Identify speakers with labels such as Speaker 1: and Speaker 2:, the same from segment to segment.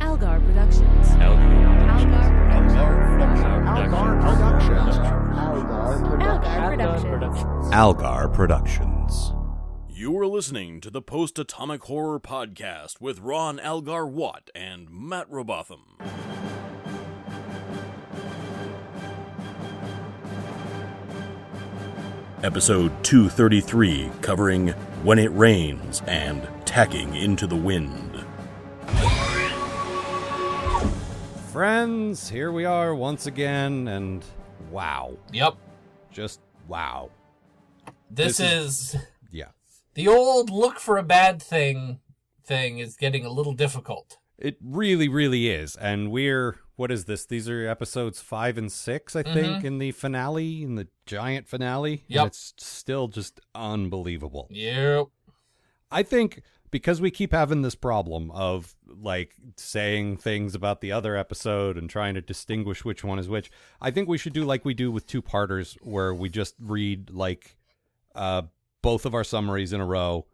Speaker 1: Algar Productions.
Speaker 2: Algar.
Speaker 3: Algar Productions.
Speaker 1: Algar Productions.
Speaker 4: Algar Productions.
Speaker 5: You are listening to the Post Atomic Horror Podcast with Ron Algar Watt and Matt Robotham. Episode 233, covering When It Rains and Tacking into the Wind.
Speaker 4: Friends, here we are once again, and wow.
Speaker 6: Yep.
Speaker 4: Just wow.
Speaker 6: This,
Speaker 4: This
Speaker 6: is,
Speaker 4: Yeah.
Speaker 6: the old look for a bad thing thing is getting a little difficult.
Speaker 4: It really, really is. And we're, what is this? These are episodes five and six,
Speaker 6: Mm-hmm.
Speaker 4: I think, in the finale, in the giant finale. Yeah,
Speaker 6: Yep.
Speaker 4: And it's still just unbelievable.
Speaker 6: Yep.
Speaker 4: I think because we keep having this problem of like saying things about the other episode and trying to distinguish which one is which, I think we should do like we do with two parters where we just read like uh both of our summaries in a row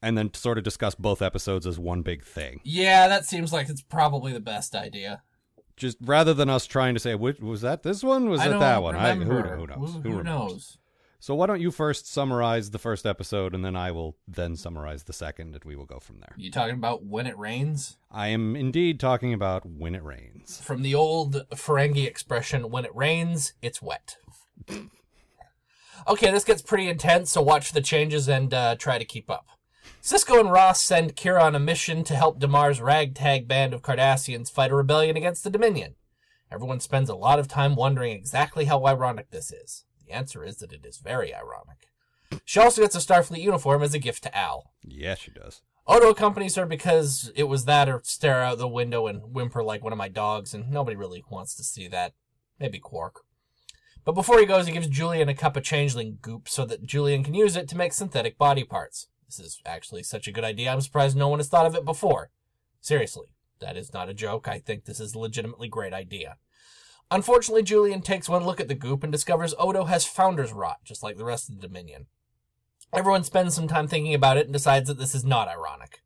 Speaker 4: and then sort of discuss both episodes as one big thing.
Speaker 6: Yeah, that seems like it's probably the best idea.
Speaker 4: Just rather than us trying to say which was that this one was
Speaker 6: I
Speaker 4: that
Speaker 6: don't
Speaker 4: that one. I, who,
Speaker 6: Remember.
Speaker 4: who knows?
Speaker 6: Who,
Speaker 4: remembers?
Speaker 6: knows?
Speaker 4: So why don't you first summarize the first episode and then I will then summarize the second and we will go from there.
Speaker 6: You talking about when it rains?
Speaker 4: I am indeed talking about When It Rains.
Speaker 6: From the old Ferengi expression, when it rains, it's wet. Okay, this gets pretty intense, so watch the changes and uh, try to keep up. Cisco and Ross send Kira on a mission to help Damar's ragtag band of Cardassians fight a rebellion against the Dominion. Everyone spends a lot of time wondering exactly how ironic this is. The answer is that it is very ironic. She also gets a Starfleet uniform as a gift to Al.
Speaker 4: Yeah, she does.
Speaker 6: Odo accompanies her because it was that or stare out the window and whimper like one of my dogs, and nobody really wants to see that. Maybe Quark. But before he goes, he gives Julian a cup of changeling goop so that Julian can use it to make synthetic body parts. This is actually such a good idea, I'm surprised no one has thought of it before. Seriously, that is not a joke. I think this is a legitimately great idea. Unfortunately, Julian takes one look at the goop and discovers Odo has founder's rot, just like the rest of the Dominion. Everyone spends some time thinking about it and decides that this is not ironic.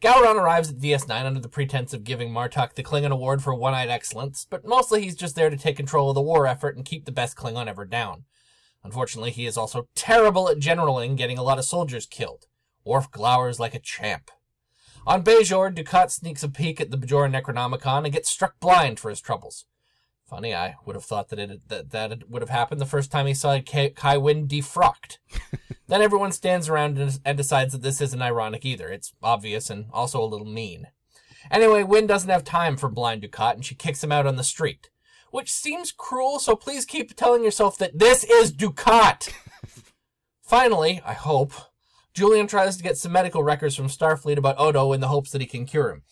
Speaker 6: Gowron arrives at DS9 under the pretense of giving Martok the Klingon Award for one eyed excellence, but mostly he's just there to take control of the war effort and keep the best Klingon ever down. Unfortunately, he is also terrible at generaling, getting a lot of soldiers killed. Worf glowers like a champ. On Bejor, Ducat sneaks a peek at the Bajoran Necronomicon and gets struck blind for his troubles. Funny, I would have thought that it that, that it would have happened the first time he saw Kai, Kai Wynn defrocked. Then everyone stands around and, and decides that this isn't ironic either. It's obvious and also a little mean. Anyway, Wynne doesn't have time for blind Ducat and she kicks him out on the street. Which seems cruel, so please keep telling yourself that this is Ducat! Finally, I hope, Julian tries to get some medical records from Starfleet about Odo in the hopes that he can cure him.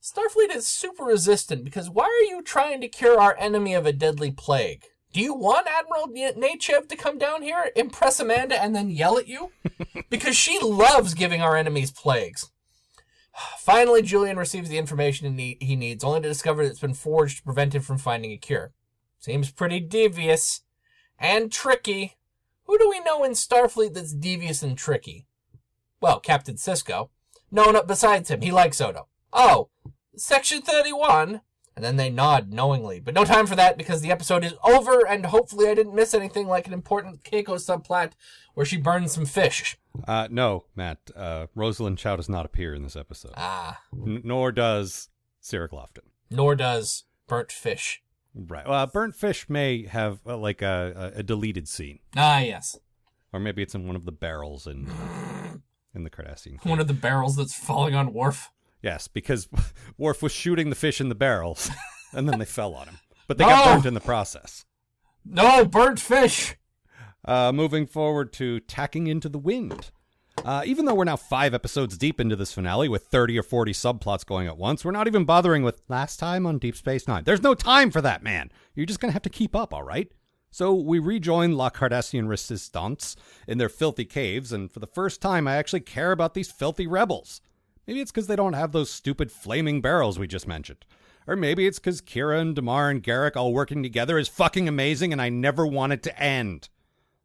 Speaker 6: Starfleet is super resistant because why are you trying to cure our enemy of a deadly plague? Do you want Admiral N- Nachev to come down here, impress Amanda, and then yell at you? because she loves giving our enemies plagues. Finally, Julian receives the information he he needs, only to discover that it's been forged to prevent him from finding a cure. Seems pretty devious and tricky. Who do we know in Starfleet that's devious and tricky? Well, Captain Cisco. No, no, besides him. He likes Odo. Oh, Section 31. And then they nod knowingly. But no time for that because the episode is over, and hopefully I didn't miss anything like an important Keiko subplot where she burns some fish.
Speaker 4: Uh, no, Matt. Uh, Rosalind Chow does not appear in this episode,
Speaker 6: Ah,
Speaker 4: N- nor does Sarah Lofton.
Speaker 6: nor does burnt fish.
Speaker 4: Right. Well, Burnt Fish may have uh, like a, a a deleted scene,
Speaker 6: Ah, yes.
Speaker 4: or maybe it's in one of the barrels in in the Cardassian.
Speaker 6: One of the barrels that's falling on Worf.
Speaker 4: yes, because Worf was shooting the fish in the barrels, and then they fell on him, but they got
Speaker 6: No!
Speaker 4: burnt in the process.
Speaker 6: No, burnt fish!
Speaker 4: Uh, moving forward to Tacking into the Wind. Uh, even though we're now five episodes deep into this finale with 30 or 40 subplots going at once, we're not even bothering with last time on Deep Space Nine. There's no time for that, man. You're just going to have to keep up, all right? So we rejoin La Cardassian Resistance in their filthy caves, and for the first time, I actually care about these filthy rebels. Maybe it's because they don't have those stupid flaming barrels we just mentioned. Or maybe it's because Kira and Damar and Garrick all working together is fucking amazing and I never want it to end.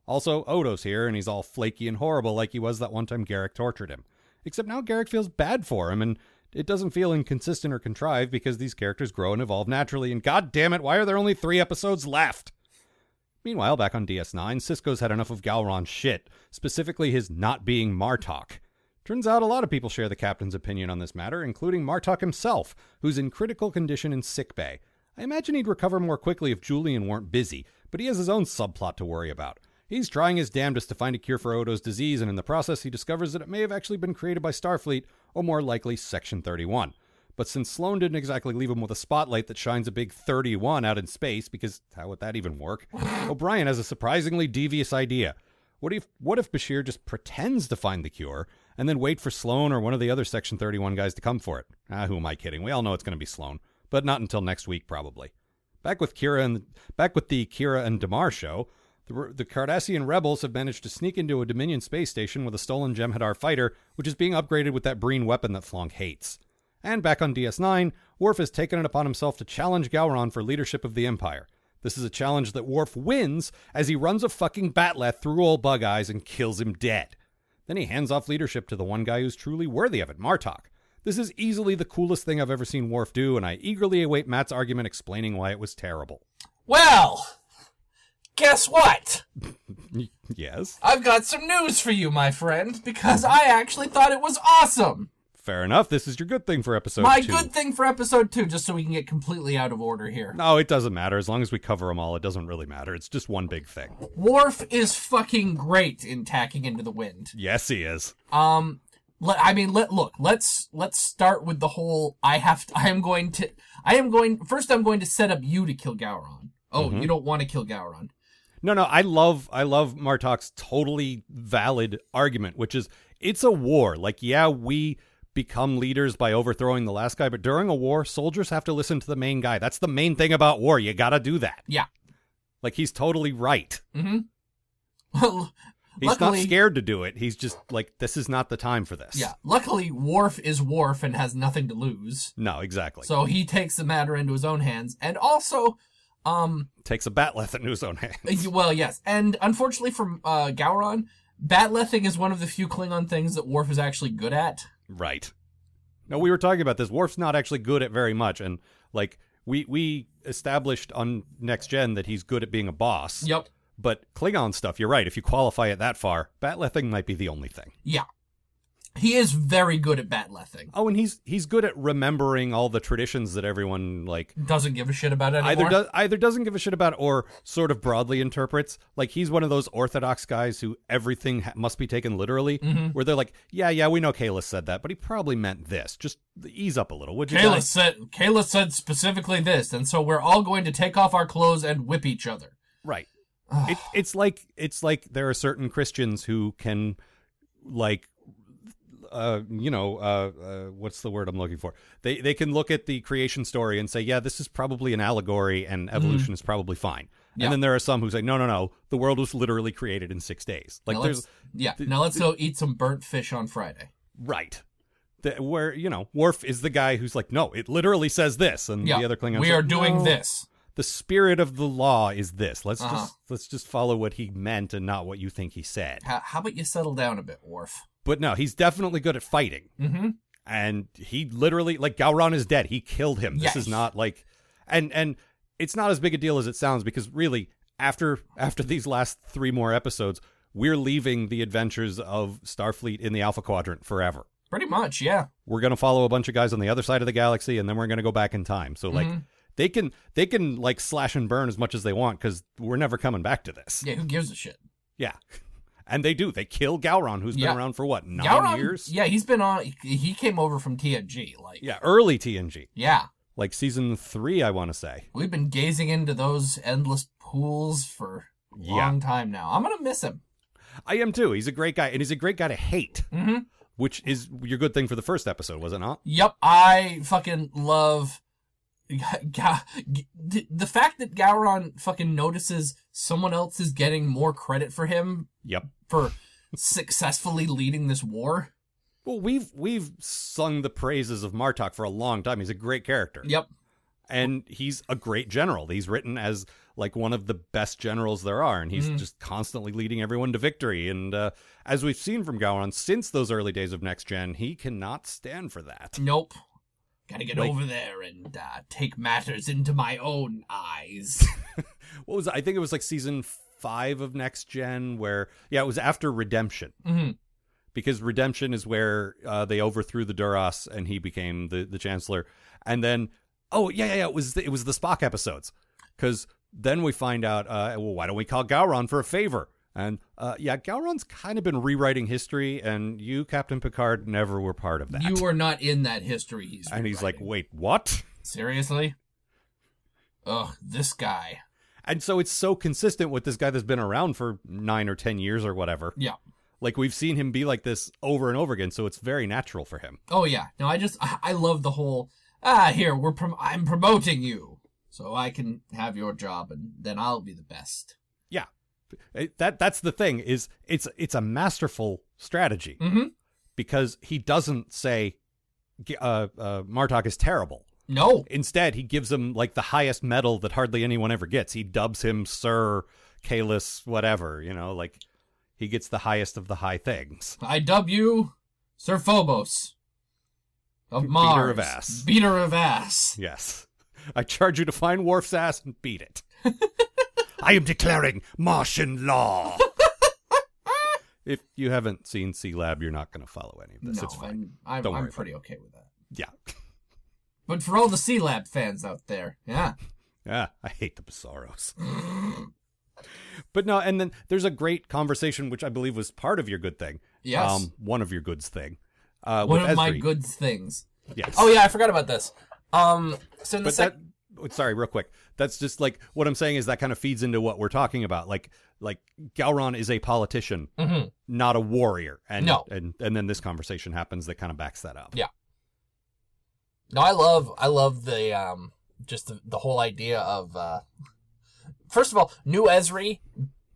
Speaker 4: Also, Odo's here, and he's all flaky and horrible like he was that one time Garrick tortured him. Except now Garrick feels bad for him, and It doesn't feel inconsistent or contrived because these characters grow and evolve naturally, and god damn it, why are there only three episodes left? Meanwhile, back on DS9, Cisco's had enough of Galron's shit, specifically his not being Martok. Turns out a lot of people share the captain's opinion on this matter, including Martok himself, who's in critical condition in sickbay. I imagine he'd recover more quickly if Julian weren't busy, but he has his own subplot to worry about. He's trying his damnedest to find a cure for Odo's disease, and in the process, he discovers that it may have actually been created by Starfleet, or more likely, Section 31. But since Sloan didn't exactly leave him with a spotlight that shines a big 31 out in space, because how would that even work? O'Brien has a surprisingly devious idea. What if what if Bashir just pretends to find the cure and then wait for Sloan or one of the other Section 31 guys to come for it? Ah, who am I kidding? We all know it's going to be Sloan, but not until next week probably. Back with Kira and back with the Kira and Damar show, the, the Cardassian rebels have managed to sneak into a Dominion space station with a stolen Jem'Hadar fighter, which is being upgraded with that Breen weapon that Flonk hates. And back on DS9, Worf has taken it upon himself to challenge Gowron for leadership of the Empire. This is a challenge that Worf wins as he runs a fucking batleth through old Bug Eyes and kills him dead. Then he hands off leadership to the one guy who's truly worthy of it, Martok. This is easily the coolest thing I've ever seen Worf do, and I eagerly await Matt's argument explaining why it was terrible.
Speaker 6: Well, guess what?
Speaker 4: Yes,
Speaker 6: I've got some news for you, my friend, because I actually thought it was awesome.
Speaker 4: fair enough. This is your good thing for episode
Speaker 6: my
Speaker 4: two.
Speaker 6: good thing for episode two, just so we can get completely out of order here.
Speaker 4: no, it doesn't matter. As long as we cover them all, it doesn't really matter. It's just one big thing.
Speaker 6: Worf is fucking great in tacking into the wind.
Speaker 4: Yes, he is.
Speaker 6: Um, let, I mean, let look. Let's let's start with the whole. I have. To, I am going to. I am going first. I'm going to set up you to kill Gowron. Oh,
Speaker 4: Mm-hmm.
Speaker 6: you don't want to kill Gowron.
Speaker 4: No, no, I love I love Martok's totally valid argument, which is it's a war. Like, yeah, we become leaders by overthrowing the last guy, but during a war, soldiers have to listen to the main guy. That's the main thing about war. You gotta do that.
Speaker 6: Yeah.
Speaker 4: Like he's totally right.
Speaker 6: Well,
Speaker 4: He's
Speaker 6: luckily,
Speaker 4: not scared to do it. He's just like, this is not the time for this.
Speaker 6: Yeah. Luckily, Worf is Worf and has nothing to lose,
Speaker 4: No, exactly.
Speaker 6: so he takes the matter into his own hands. And also, um,
Speaker 4: Takes a batleth into his own hand.
Speaker 6: Uh, y- well, yes, and unfortunately for uh, Gowron, batlething is one of the few Klingon things that Worf is actually good at.
Speaker 4: Right. No, we were talking about this. Worf's not actually good at very much, and like we we established on next gen that he's good at being a boss.
Speaker 6: Yep.
Speaker 4: But Klingon stuff, you're right. If you qualify it that far, batlething might be the only thing.
Speaker 6: Yeah. He is very good at batlething.
Speaker 4: Oh, and he's he's good at remembering all the traditions that everyone like
Speaker 6: Doesn't give a shit about it anymore.
Speaker 4: either does either doesn't give a shit about or sort of broadly interprets. Like he's one of those orthodox guys who everything ha- must be taken literally, where they're like, yeah, yeah, we know Kalis said that, but he probably meant this. Just ease up a little, would you?
Speaker 6: Kayla
Speaker 4: guys?
Speaker 6: said Kayla said specifically this, and so we're all going to take off our clothes and whip each other.
Speaker 4: Right. it, it's like it's like there are certain Christians who can like uh you know uh, uh what's the word I'm looking for? They they can look at the creation story and say, "Yeah, this is probably an allegory and evolution is probably fine."
Speaker 6: Mm-hmm. Yeah.
Speaker 4: And then there are some who say, "No, no, no. The world was literally created in 6 days." Like
Speaker 6: now
Speaker 4: there's
Speaker 6: let's, yeah. now let's go eat some burnt fish on Friday.
Speaker 4: right. The, where you know Worf is the guy who's like, no, it literally says this, and
Speaker 6: Yeah.
Speaker 4: the other Klingons
Speaker 6: we
Speaker 4: like,
Speaker 6: are doing
Speaker 4: "No,
Speaker 6: this.
Speaker 4: The spirit of the law is this. Let's
Speaker 6: Uh-huh.
Speaker 4: just let's just follow what he meant and not what you think he said.
Speaker 6: How, how about you settle down a bit, Worf?
Speaker 4: But no, he's definitely good at fighting.
Speaker 6: Mm-hmm.
Speaker 4: And he literally like Gowron is dead. He killed him. This
Speaker 6: Yes.
Speaker 4: is not like and and it's not as big a deal as it sounds because really after after these last 3 more episodes, we're leaving the adventures of Starfleet in the Alpha Quadrant forever.
Speaker 6: Pretty much, yeah.
Speaker 4: We're going to follow a bunch of guys on the other side of the galaxy and then we're going to go back in time. So
Speaker 6: Mm-hmm.
Speaker 4: like they can they can like slash and burn as much as they want cuz we're never coming back to this.
Speaker 6: Yeah, who gives a shit?
Speaker 4: Yeah. And they do. They kill Gowron who's
Speaker 6: Yeah.
Speaker 4: been around for what? 9
Speaker 6: Gowron-
Speaker 4: years?
Speaker 6: Yeah, he's been on. He he came over from TNG. Like,
Speaker 4: Yeah, early TNG,
Speaker 6: yeah,
Speaker 4: like season three, I want to say.
Speaker 6: we've been gazing into those endless pools for a
Speaker 4: Yeah.
Speaker 6: long time now. I'm gonna miss him.
Speaker 4: I am too. He's a great guy, and he's a great guy to hate,
Speaker 6: Mm-hmm.
Speaker 4: which is your good thing for the first episode, was it not?
Speaker 6: Yep, I fucking love Ga- G- the the fact that Gowron fucking notices someone else is getting more credit for him
Speaker 4: Yep.
Speaker 6: for successfully leading this war.
Speaker 4: Well, we've we've sung the praises of Martok for a long time. He's a great character.
Speaker 6: Yep.
Speaker 4: and he's a great general. He's written as like one of the best generals there are, and he's just constantly leading everyone to victory. And uh, as we've seen from Gowan since those early days of Next Gen, he cannot stand for that.
Speaker 6: Nope. Gotta get
Speaker 4: Like-
Speaker 6: over there and uh, take matters into my own eyes.
Speaker 4: What was it? I think it was like season five of Next Gen, where yeah, it was after Redemption.
Speaker 6: Mhm.
Speaker 4: Because Redemption is where uh, they overthrew the Duras and he became the, the Chancellor. And then, oh yeah, yeah, yeah, it was the, it was the Spock episodes. Because then we find out, uh, well, why don't we call Gowron for a favor? And uh, yeah, Gowron's kind of been rewriting history, and you, Captain Picard, never were part of that.
Speaker 6: You are not in that history. He's
Speaker 4: and he's like,
Speaker 6: rewriting.
Speaker 4: wait, what?
Speaker 6: seriously? Ugh, this guy.
Speaker 4: And so it's so consistent with this guy that's been around for nine or ten years or whatever.
Speaker 6: Yeah.
Speaker 4: Like we've seen him be like this over and over again, so it's very natural for him.
Speaker 6: Oh yeah. No, I just I, I love the whole ah here we're prom- I'm promoting you so I can have your job and then I'll be the best.
Speaker 4: Yeah. It- that that's the thing is it's it's a masterful strategy
Speaker 6: Mhm.
Speaker 4: because he doesn't say "G- uh, uh, Martok is terrible.
Speaker 6: No.
Speaker 4: Instead, he gives him like the highest medal that hardly anyone ever gets. He dubs him Sir Kalis, whatever you know. Like he gets the highest of the high things.
Speaker 6: I dub you Sir Phobos of
Speaker 4: Beater
Speaker 6: Mars.
Speaker 4: of ass.
Speaker 6: Beater of ass.
Speaker 4: Yes. I charge you to find Worf's ass and beat it. I am declaring Martian law. if you haven't seen C Lab, you're not going to follow any of this.
Speaker 6: no,
Speaker 4: it's fine.
Speaker 6: I'm I'm,
Speaker 4: Don't worry
Speaker 6: I'm
Speaker 4: about
Speaker 6: pretty okay with that.
Speaker 4: Yeah.
Speaker 6: But for all the C Lab fans out there, yeah.
Speaker 4: Ah, I hate the Bizarros. but no, and then there's a great conversation, which I believe was part of your good thing. Um,
Speaker 6: Yes.
Speaker 4: one of your goods thing. Uh,
Speaker 6: One
Speaker 4: with
Speaker 6: of my
Speaker 4: Esri.
Speaker 6: good things.
Speaker 4: Yes.
Speaker 6: Oh yeah, I forgot about this. Um so in the
Speaker 4: but
Speaker 6: sec-
Speaker 4: that oh, sorry real quick that's just like what i'm saying is that kind of feeds into what we're talking about like like gowron is a politician
Speaker 6: Mhm.
Speaker 4: not a warrior and
Speaker 6: No.
Speaker 4: and and then this conversation happens that kind of backs that up
Speaker 6: Yeah. No, I love I love the um just the, the whole idea of uh first of all, new Esri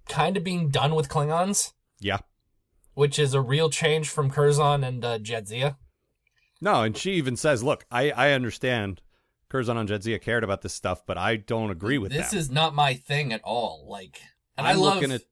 Speaker 6: kind of being done with Klingons,
Speaker 4: yeah
Speaker 6: which is a real change from Curzon and uh, Jedzia.
Speaker 4: no and she even says look i i understand Curzon and Jedzia cared about this stuff, but I don't agree with
Speaker 6: This
Speaker 4: them.
Speaker 6: is not my thing at all. Like, and
Speaker 4: I'm
Speaker 6: I love
Speaker 4: looking at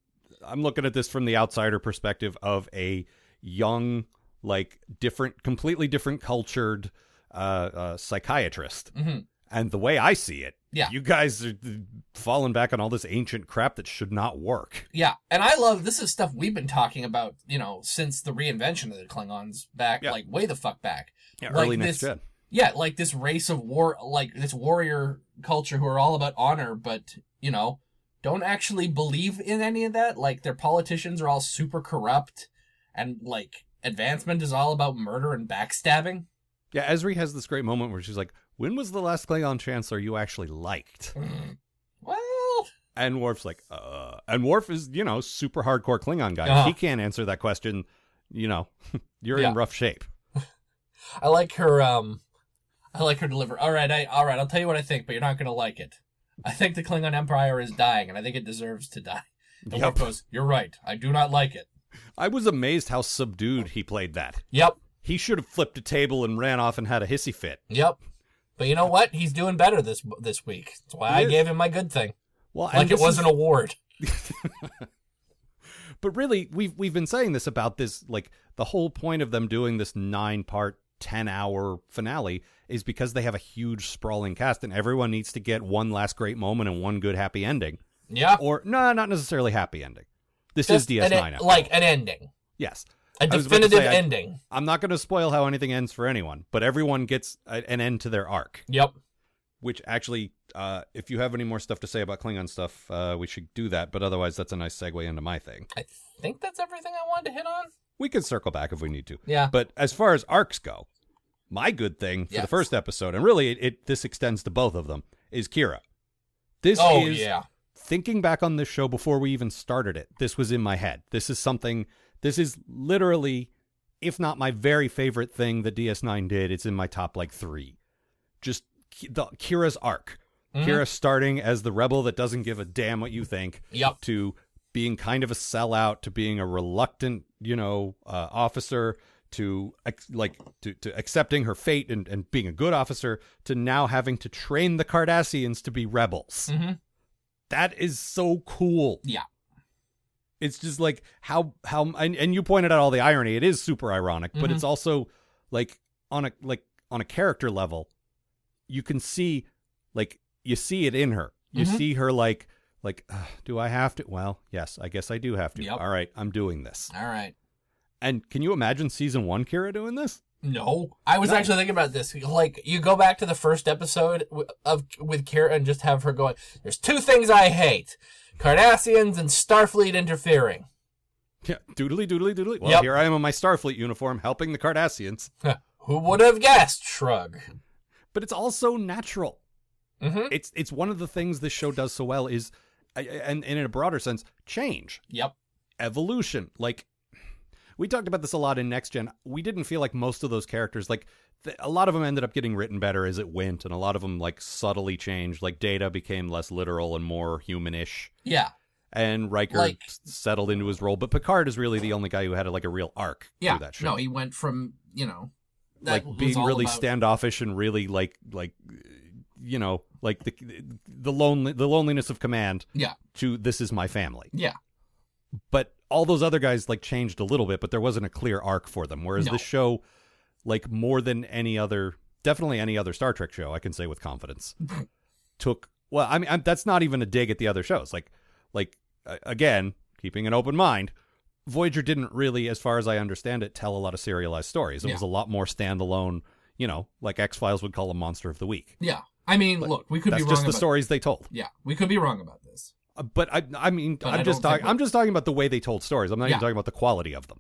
Speaker 4: I'm looking at this from the outsider perspective of a young, like different, completely different cultured uh, uh, psychiatrist.
Speaker 6: Mhm.
Speaker 4: And the way I see it,
Speaker 6: Yeah.
Speaker 4: you guys are th- falling back on all this ancient crap that should not work.
Speaker 6: yeah, and I love this is stuff we've been talking about, you know, since the reinvention of the Klingons back,
Speaker 4: Yeah.
Speaker 6: like way the fuck back.
Speaker 4: Yeah,
Speaker 6: Like
Speaker 4: early next
Speaker 6: this-
Speaker 4: gen.
Speaker 6: Yeah, like this race of war, like this warrior culture who are all about honor, but, you know, don't actually believe in any of that. Like, their politicians are all super corrupt, and, like, advancement is all about murder and backstabbing.
Speaker 4: Yeah, Esri has this great moment where she's like, "When was the last Klingon Chancellor you actually liked?"
Speaker 6: Mm-hmm. Well,
Speaker 4: And Worf's like, "Uh," and Worf is you know super hardcore Klingon guy.
Speaker 6: Uh-huh.
Speaker 4: He can't answer that question. You know, you're
Speaker 6: Yeah.
Speaker 4: in rough shape.
Speaker 6: I like her. Um, I like her deliver. All right, I all right. I'll tell you what I think, but you're not gonna like it. I think the Klingon Empire is dying, and I think it deserves to die. The
Speaker 4: Yep.
Speaker 6: Worf goes, "You're right. I do not like it."
Speaker 4: I was amazed how subdued he played that.
Speaker 6: Yep,
Speaker 4: He should have flipped a table and ran off and had a hissy fit.
Speaker 6: yep. But you know what? He's doing better this this week. That's why I
Speaker 4: He is.
Speaker 6: gave him my good thing,
Speaker 4: Well, and
Speaker 6: like it
Speaker 4: this
Speaker 6: was
Speaker 4: is-
Speaker 6: an award.
Speaker 4: But really, we've we've been saying this about this. Like the whole point of them doing this nine part, ten hour finale is because they have a huge sprawling cast, and everyone needs to get one last great moment and one good happy ending.
Speaker 6: Yeah,
Speaker 4: Or no, not necessarily happy ending. This
Speaker 6: Just
Speaker 4: is
Speaker 6: an
Speaker 4: DS9.
Speaker 6: en-
Speaker 4: after
Speaker 6: like
Speaker 4: all.
Speaker 6: an ending,
Speaker 4: yes,
Speaker 6: a
Speaker 4: I was about to
Speaker 6: definitive
Speaker 4: say, I-
Speaker 6: ending.
Speaker 4: I'm not going to spoil how anything ends for anyone, but everyone gets a, an end to their arc.
Speaker 6: Yep.
Speaker 4: which actually, uh, if you have any more stuff to say about Klingon stuff, uh, we should do that. But otherwise, that's a nice segue into my thing.
Speaker 6: I think that's everything I wanted to hit on.
Speaker 4: We can circle back if we need to.
Speaker 6: Yeah.
Speaker 4: But as far as arcs go, my good thing for the
Speaker 6: Yes.
Speaker 4: first episode, and really it, it this extends to both of them, is Kira. This
Speaker 6: oh
Speaker 4: is
Speaker 6: yeah.
Speaker 4: thinking back on this show before we even started it. This was in my head. This is something. This is literally, if not my very favorite thing that DS9 did. It's in my top like three. Just Ki- the Kira's arc. Kira starting as the rebel that doesn't give a damn what you think
Speaker 6: Yep.
Speaker 4: to being kind of a sellout to being a reluctant, you know, uh, officer to ex- like to, to accepting her fate and, and being a good officer to now having to train the Cardassians to be rebels.
Speaker 6: Mhm.
Speaker 4: That is so cool.
Speaker 6: Yeah.
Speaker 4: It's just like how how and, and you pointed out all the irony. It is super ironic, but
Speaker 6: Mhm.
Speaker 4: it's also like on a like on a character level, you can see like you see it in her. You
Speaker 6: Mhm.
Speaker 4: see her like like "Ugh, do I have to? Well, yes, I guess I do have to.
Speaker 6: Yep.
Speaker 4: All right, I'm doing this.
Speaker 6: All right.
Speaker 4: And can you imagine season one Kira doing this?
Speaker 6: No, I was actually thinking about this. Like, you go back to the first episode w- of with Kira and just have her going. There's two things I hate: Cardassians and Starfleet interfering.
Speaker 4: Yeah, doodly doodly doodly. Well,
Speaker 6: Yep.
Speaker 4: here I am in my Starfleet uniform helping the Cardassians,
Speaker 6: Who would have guessed? Shrug.
Speaker 4: but it's also natural.
Speaker 6: Mm-hmm.
Speaker 4: It's it's one of the things this show does so well is, I- and, and in a broader sense, change,
Speaker 6: Yep.
Speaker 4: evolution. Like we talked about this a lot in Next Gen. We didn't feel like most of those characters, like th- a lot of them, ended up getting written better as it went, and a lot of them like subtly changed. Like Data became less literal and more humanish.
Speaker 6: Yeah.
Speaker 4: and Riker
Speaker 6: Like-
Speaker 4: s- settled into his role. But Picard is really the only guy who had like a real arc
Speaker 6: Yeah.
Speaker 4: through that show.
Speaker 6: No, he went from you know, that
Speaker 4: like
Speaker 6: was
Speaker 4: being
Speaker 6: all
Speaker 4: really
Speaker 6: about-
Speaker 4: standoffish and really like like you know like the the lonely the loneliness of command.
Speaker 6: Yeah.
Speaker 4: To this is my family.
Speaker 6: Yeah.
Speaker 4: But all those other guys like changed a little bit, but there wasn't a clear arc for them. Whereas
Speaker 6: No.
Speaker 4: this show, like more than any other, definitely any other Star Trek show, I can say with confidence, took. Well, I mean, I'm, that's not even a dig at the other shows. Like, like a- again, keeping an open mind. Voyager didn't really, as far as I understand it, tell a lot of serialized stories. It
Speaker 6: Yeah.
Speaker 4: was a lot more standalone. You know, like X Files would call a monster of the week.
Speaker 6: Yeah. I mean,
Speaker 4: But
Speaker 6: look, we could be
Speaker 4: That's
Speaker 6: wrong
Speaker 4: just the
Speaker 6: about.
Speaker 4: stories they told.
Speaker 6: Yeah, we could be wrong about this.
Speaker 4: Uh, But I, I mean,
Speaker 6: But
Speaker 4: I'm
Speaker 6: I
Speaker 4: just
Speaker 6: don't think
Speaker 4: talking.
Speaker 6: that-
Speaker 4: I'm just talking about the way they told stories. I'm not
Speaker 6: Yeah.
Speaker 4: even talking about the quality of them.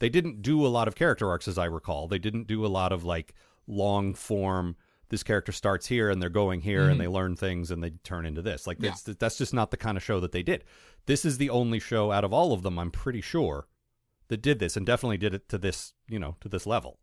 Speaker 4: They didn't do a lot of character arcs, as I recall. They didn't do a lot of like long form. This character starts here, and they're going here, and they learn things, and they turn into this. Like
Speaker 6: Mm-hmm. Yeah.
Speaker 4: that's that's just not the kind of show that they did. This is the only show out of all of them, I'm pretty sure, that did this, and definitely did it to this, you know, to this level.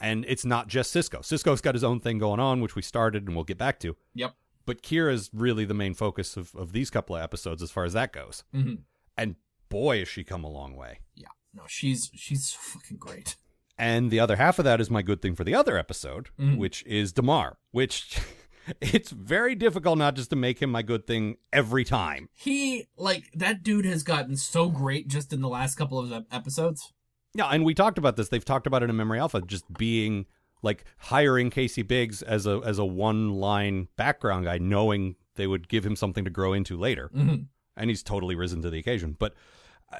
Speaker 4: And it's not just Cisco. Cisco's got his own thing going on, which we started and we'll get back to
Speaker 6: Yep.
Speaker 4: but Kira's really the main focus of, of these couple of episodes as far as that goes.
Speaker 6: hmm
Speaker 4: And boy, has she come a long way.
Speaker 6: Yeah. No, she's she's fucking great.
Speaker 4: And the other half of that is my good thing for the other episode,
Speaker 6: Mhm.
Speaker 4: which is Damar, which it's very difficult not just to make him my good thing every time.
Speaker 6: He like that dude has gotten so great just in the last couple of ep- episodes.
Speaker 4: Yeah, and we talked about this. They've talked about it in Memory Alpha, just being like hiring Casey Biggs as a as a one line background guy, knowing they would give him something to grow into later.
Speaker 6: Mhm.
Speaker 4: And he's totally risen to the occasion. But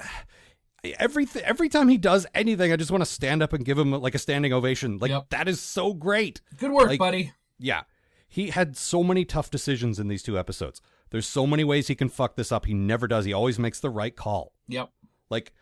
Speaker 4: uh, every every time he does anything, I just want to stand up and give him like a standing ovation. Like
Speaker 6: Yep.
Speaker 4: that is so great.
Speaker 6: Good work,
Speaker 4: Like-
Speaker 6: buddy.
Speaker 4: Yeah. He had so many tough decisions in these two episodes. There's so many ways he can fuck this up. He never does. He always makes the right call.
Speaker 6: Yep.
Speaker 4: Like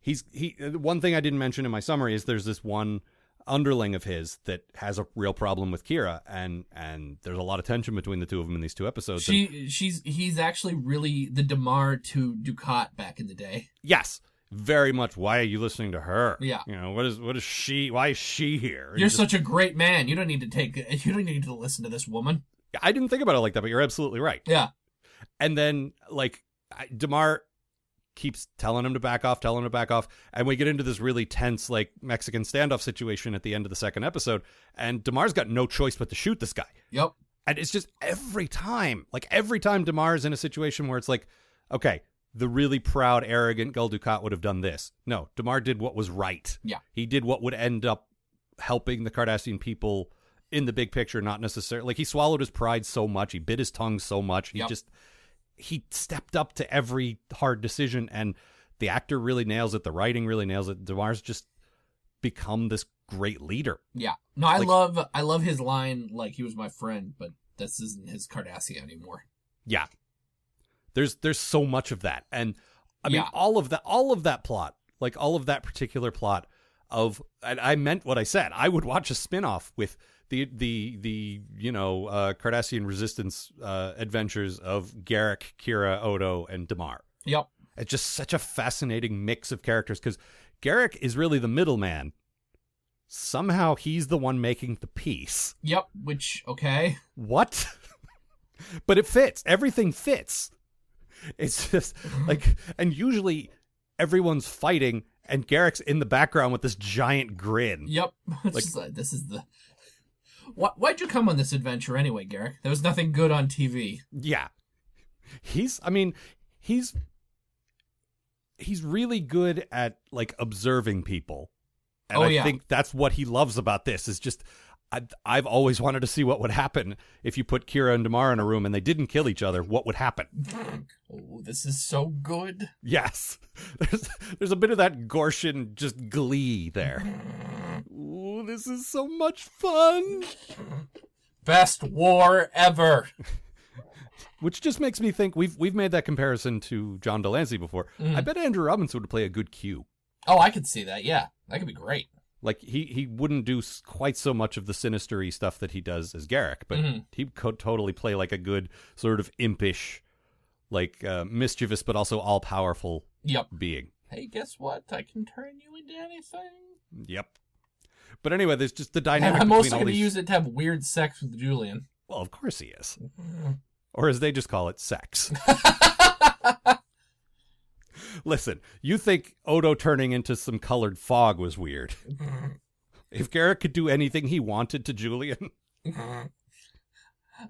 Speaker 4: he's he uh, one thing I didn't mention in my summary is there's this one underling of his that has a real problem with Kira and and there's a lot of tension between the two of them in these two episodes. and-
Speaker 6: She she's he's actually really the Demar to Ducat back in the day.
Speaker 4: yes, very much why are you listening to her?
Speaker 6: Yeah.
Speaker 4: You know, what is what is she why is she here? And
Speaker 6: You're
Speaker 4: just-
Speaker 6: such a great man. You don't need to take you don't need to listen to this woman.
Speaker 4: I didn't think about it like that, but you're absolutely right.
Speaker 6: Yeah.
Speaker 4: And then like I- Demar keeps telling him to back off, telling him to back off, and we get into this really tense like Mexican standoff situation at the end of the second episode, and Demar's got no choice but to shoot this guy.
Speaker 6: Yep.
Speaker 4: And it's just every time, like every time Demar is in a situation where it's like, okay, the really proud, arrogant Gul Dukat would have done this. No, Demar did what was right.
Speaker 6: Yeah.
Speaker 4: He did what would end up helping the Cardassian people in the big picture, not necessarily. Like he swallowed his pride so much, he bit his tongue so much, he
Speaker 6: Yep.
Speaker 4: just he stepped up to every hard decision, and the actor really nails it. The writing really nails it. Demar's just become this great leader.
Speaker 6: Yeah. No, I
Speaker 4: Like-
Speaker 6: love I love his line like he was my friend, but this isn't his Cardassia anymore.
Speaker 4: Yeah. There's there's so much of that. And I mean
Speaker 6: Yeah.
Speaker 4: all of that all of that plot, like all of that particular plot of and I meant what I said. I would watch a spin-off with the the the you know uh Cardassian resistance uh adventures of Garrick, Kira, Odo and Damar.
Speaker 6: Yep.
Speaker 4: It's just such a fascinating mix of characters cuz Garrick is really the middleman. Somehow he's the one making the peace.
Speaker 6: Yep, which okay.
Speaker 4: What? but it fits. Everything fits. It's just like, and usually everyone's fighting and Garrick's in the background with this giant grin.
Speaker 6: Yep. It's just like, this is the. Why, why'd you come on this adventure anyway, Garrick? There was nothing good on TV.
Speaker 4: Yeah. He's I mean, he's he's really good at like observing people. And
Speaker 6: Oh,
Speaker 4: I
Speaker 6: yeah.
Speaker 4: think that's what he loves about this is just I, I've always wanted to see what would happen if you put Kira and Damara in a room and they didn't kill each other. What would happen?
Speaker 6: Oh, this is so good.
Speaker 4: Yes. There's there's a bit of that Gorshin just glee there. Ooh, this is so much fun.
Speaker 6: Best war ever.
Speaker 4: Which just makes me think we've we've made that comparison to John Delancey before.
Speaker 6: Mm-hmm.
Speaker 4: I bet Andrew Robinson would play a good Q.
Speaker 6: Oh, I could see that. Yeah, that could be great.
Speaker 4: Like he he wouldn't do s- quite so much of the sinistery stuff that he does as Garrick, but
Speaker 6: Mm-hmm.
Speaker 4: he could totally play like a good sort of impish, like uh, mischievous but also all powerful
Speaker 6: Yep.
Speaker 4: being.
Speaker 6: Hey, guess what? I can turn you into anything.
Speaker 4: Yep. But anyway, there's just the dynamic.
Speaker 6: I'm
Speaker 4: between
Speaker 6: also
Speaker 4: all
Speaker 6: going to
Speaker 4: these-
Speaker 6: use it to have weird sex with Julian.
Speaker 4: Well, of course he is.
Speaker 6: Mm-hmm.
Speaker 4: Or as they just call it, sex. Listen, you think Odo turning into some colored fog was weird.
Speaker 6: Mm-hmm.
Speaker 4: if Garrett could do anything he wanted to Julian,
Speaker 6: I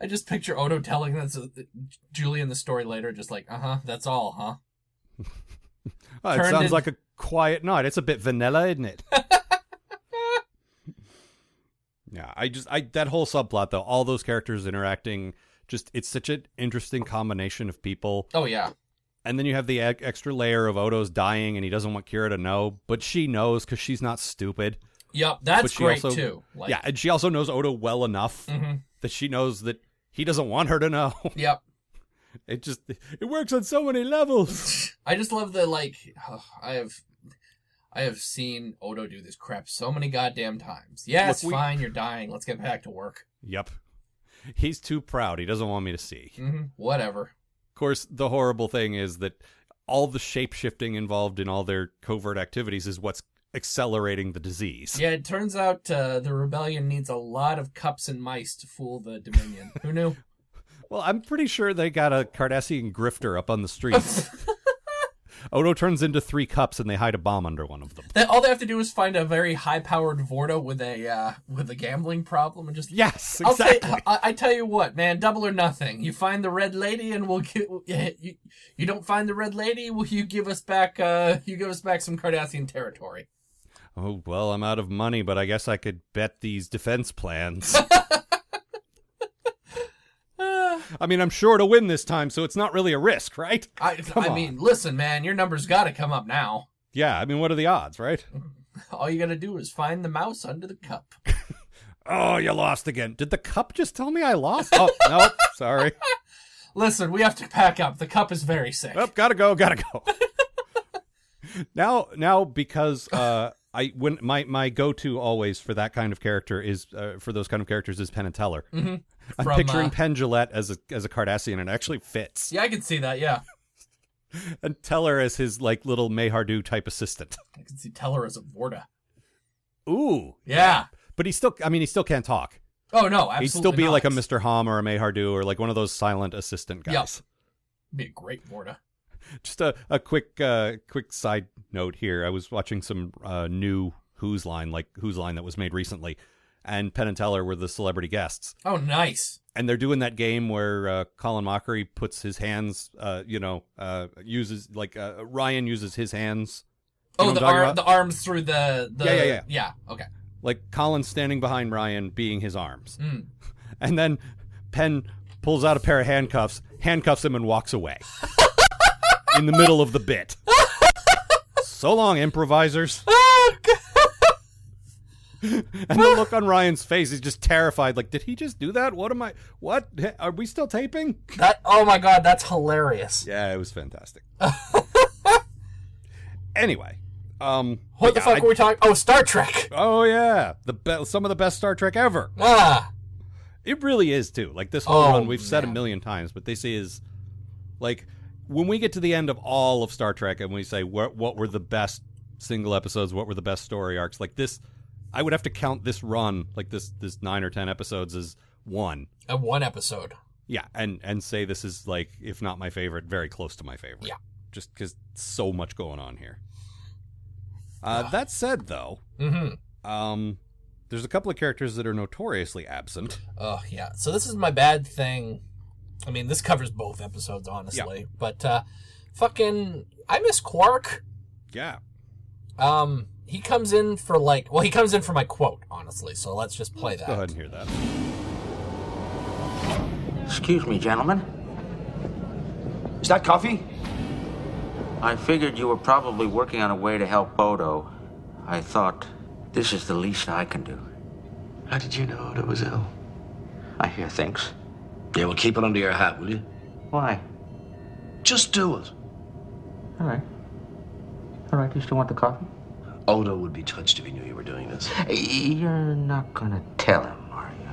Speaker 6: just picture Odo telling this, Julian the story later, just like, uh huh, that's all, huh?
Speaker 4: Oh, it
Speaker 6: Turned
Speaker 4: sounds
Speaker 6: in-
Speaker 4: like a quiet night. It's a bit vanilla, isn't it? yeah, I just I that whole subplot though, all those characters interacting, just it's such an interesting combination of people.
Speaker 6: Oh, yeah.
Speaker 4: And then you have the e- extra layer of Odo's dying and he doesn't want Kira to know, but she knows because she's not stupid.
Speaker 6: Yep,
Speaker 4: But
Speaker 6: that's
Speaker 4: she
Speaker 6: great
Speaker 4: also-
Speaker 6: too. Like, Mm. mm-hmm,
Speaker 4: yeah, and she also knows Odo well enough that she knows that he doesn't want her to know.
Speaker 6: Yep.
Speaker 4: It just it works on so many levels.
Speaker 6: I just love the like. I have, I have seen Odo do this crap so many goddamn times. Yeah,
Speaker 4: Look,
Speaker 6: it's
Speaker 4: we-
Speaker 6: fine. You're dying. Let's get back to work.
Speaker 4: yep. He's too proud. He doesn't want me to see.
Speaker 6: hmm Whatever.
Speaker 4: Of course, the horrible thing is that all the shape shifting involved in all their covert activities is what's accelerating the disease.
Speaker 6: Yeah, it turns out uh, the rebellion needs a lot of cups and mice to fool the Dominion. Who knew?
Speaker 4: Well, I'm pretty sure they got a Cardassian grifter up on the streets. Odo turns into three cups and they hide a bomb under one of them.
Speaker 6: That all they have to do is find a very high-powered Vorta with a uh, with a gambling problem and just.
Speaker 4: Yes,
Speaker 6: I'll tell-
Speaker 4: exactly.
Speaker 6: I, I tell you what, man, double or nothing. You find the red lady, and we'll give you. You don't find the red lady, will you give us back? Uh, you give us back some Cardassian territory.
Speaker 4: Oh, well, I'm out of money, but I guess I could bet these defense plans. I mean, I'm sure to win this time, so it's not really a risk, right?
Speaker 6: I,
Speaker 4: Come
Speaker 6: I
Speaker 4: on.
Speaker 6: mean, listen, man, your number's got to come up now.
Speaker 4: Yeah, I mean, what are the odds, right?
Speaker 6: All you got to do is find the mouse under the cup.
Speaker 4: Oh, you lost again. Did the cup just tell me I lost? Oh, no, sorry.
Speaker 6: Listen, we have to pack up. The cup is very sick.
Speaker 4: Oh, gotta go, gotta go. now, now, because uh, I when my my go to always for that kind of character is uh, for those kind of characters is Penn and Teller. I'm
Speaker 6: From,
Speaker 4: picturing
Speaker 6: uh,
Speaker 4: Penn Jillette as a as a Cardassian, and it actually fits.
Speaker 6: Yeah, I can see that. Yeah,
Speaker 4: and Teller as his like little Mehardu type assistant.
Speaker 6: I can see Teller as a Vorta.
Speaker 4: Ooh,
Speaker 6: Yeah.
Speaker 4: but he still—I mean, he still can't talk.
Speaker 6: Oh no, absolutely.
Speaker 4: He'd still be
Speaker 6: not.
Speaker 4: like a Mr. Hom or a Mehardu or like one of those silent assistant
Speaker 6: Yep.
Speaker 4: guys.
Speaker 6: Be a great Vorta.
Speaker 4: Just a, a quick uh, quick side note here. I was watching some uh, new Who's Line, like Who's Line that was made recently, and Penn and Teller were the celebrity guests,
Speaker 6: Oh, nice.
Speaker 4: and they're doing that game where uh, Colin Mockery puts his hands, uh, you know, uh, uses like uh, Ryan uses his hands. You know
Speaker 6: Oh,
Speaker 4: what
Speaker 6: the
Speaker 4: I'm talking
Speaker 6: arm,
Speaker 4: about?
Speaker 6: the arms through the, the
Speaker 4: Yeah, yeah, yeah.
Speaker 6: Okay.
Speaker 4: like Colin standing behind Ryan being his arms.
Speaker 6: Mm.
Speaker 4: And then Penn pulls out a pair of handcuffs, handcuffs him and walks away. in the middle of the bit. so long improvisers.
Speaker 6: Oh,
Speaker 4: and the look on Ryan's face is just terrified like did he just do that? What am I What are we still taping?
Speaker 6: That. Oh my God, that's hilarious.
Speaker 4: Yeah, it was fantastic. anyway, um
Speaker 6: What the
Speaker 4: yeah,
Speaker 6: fuck
Speaker 4: I-
Speaker 6: were we talking? Oh, Star Trek.
Speaker 4: Oh yeah, the be- some of the best Star Trek ever.
Speaker 6: Ah.
Speaker 4: It really is too. Like this whole
Speaker 6: Oh,
Speaker 4: run, we've said a
Speaker 6: man.
Speaker 4: million times, but this is like when we get to the end of all of Star Trek and we say what what were the best single episodes, what were the best story arcs. Like this, I would have to count this run, like this this nine or ten episodes, as one.
Speaker 6: Uh, one episode.
Speaker 4: Yeah, and and say this is like if not my favorite, very close to my favorite.
Speaker 6: Yeah.
Speaker 4: just because so much going on here. Uh, that said, though,
Speaker 6: Mm-hmm.
Speaker 4: um, there's a couple of characters that are notoriously absent.
Speaker 6: Oh yeah. So this is my bad thing. I mean, this covers both episodes, honestly. But uh, fucking, I miss Quark.
Speaker 4: Yeah.
Speaker 6: Um, he comes in for like, well, he comes in for my quote, honestly. So let's just play that.
Speaker 4: Go ahead and hear that.
Speaker 2: Excuse me, gentlemen.
Speaker 7: Is that coffee?
Speaker 2: I figured you were probably working on a way to help Bodo. I thought this is the least I can do.
Speaker 8: How did you know it was ill?
Speaker 2: I hear things.
Speaker 8: Yeah, well, keep it under your hat, will you?
Speaker 2: Why?
Speaker 8: Just do it.
Speaker 2: All right. All right, you still want the coffee?
Speaker 8: Odo would be touched if he knew you were doing this.
Speaker 2: You're not gonna tell him, are you?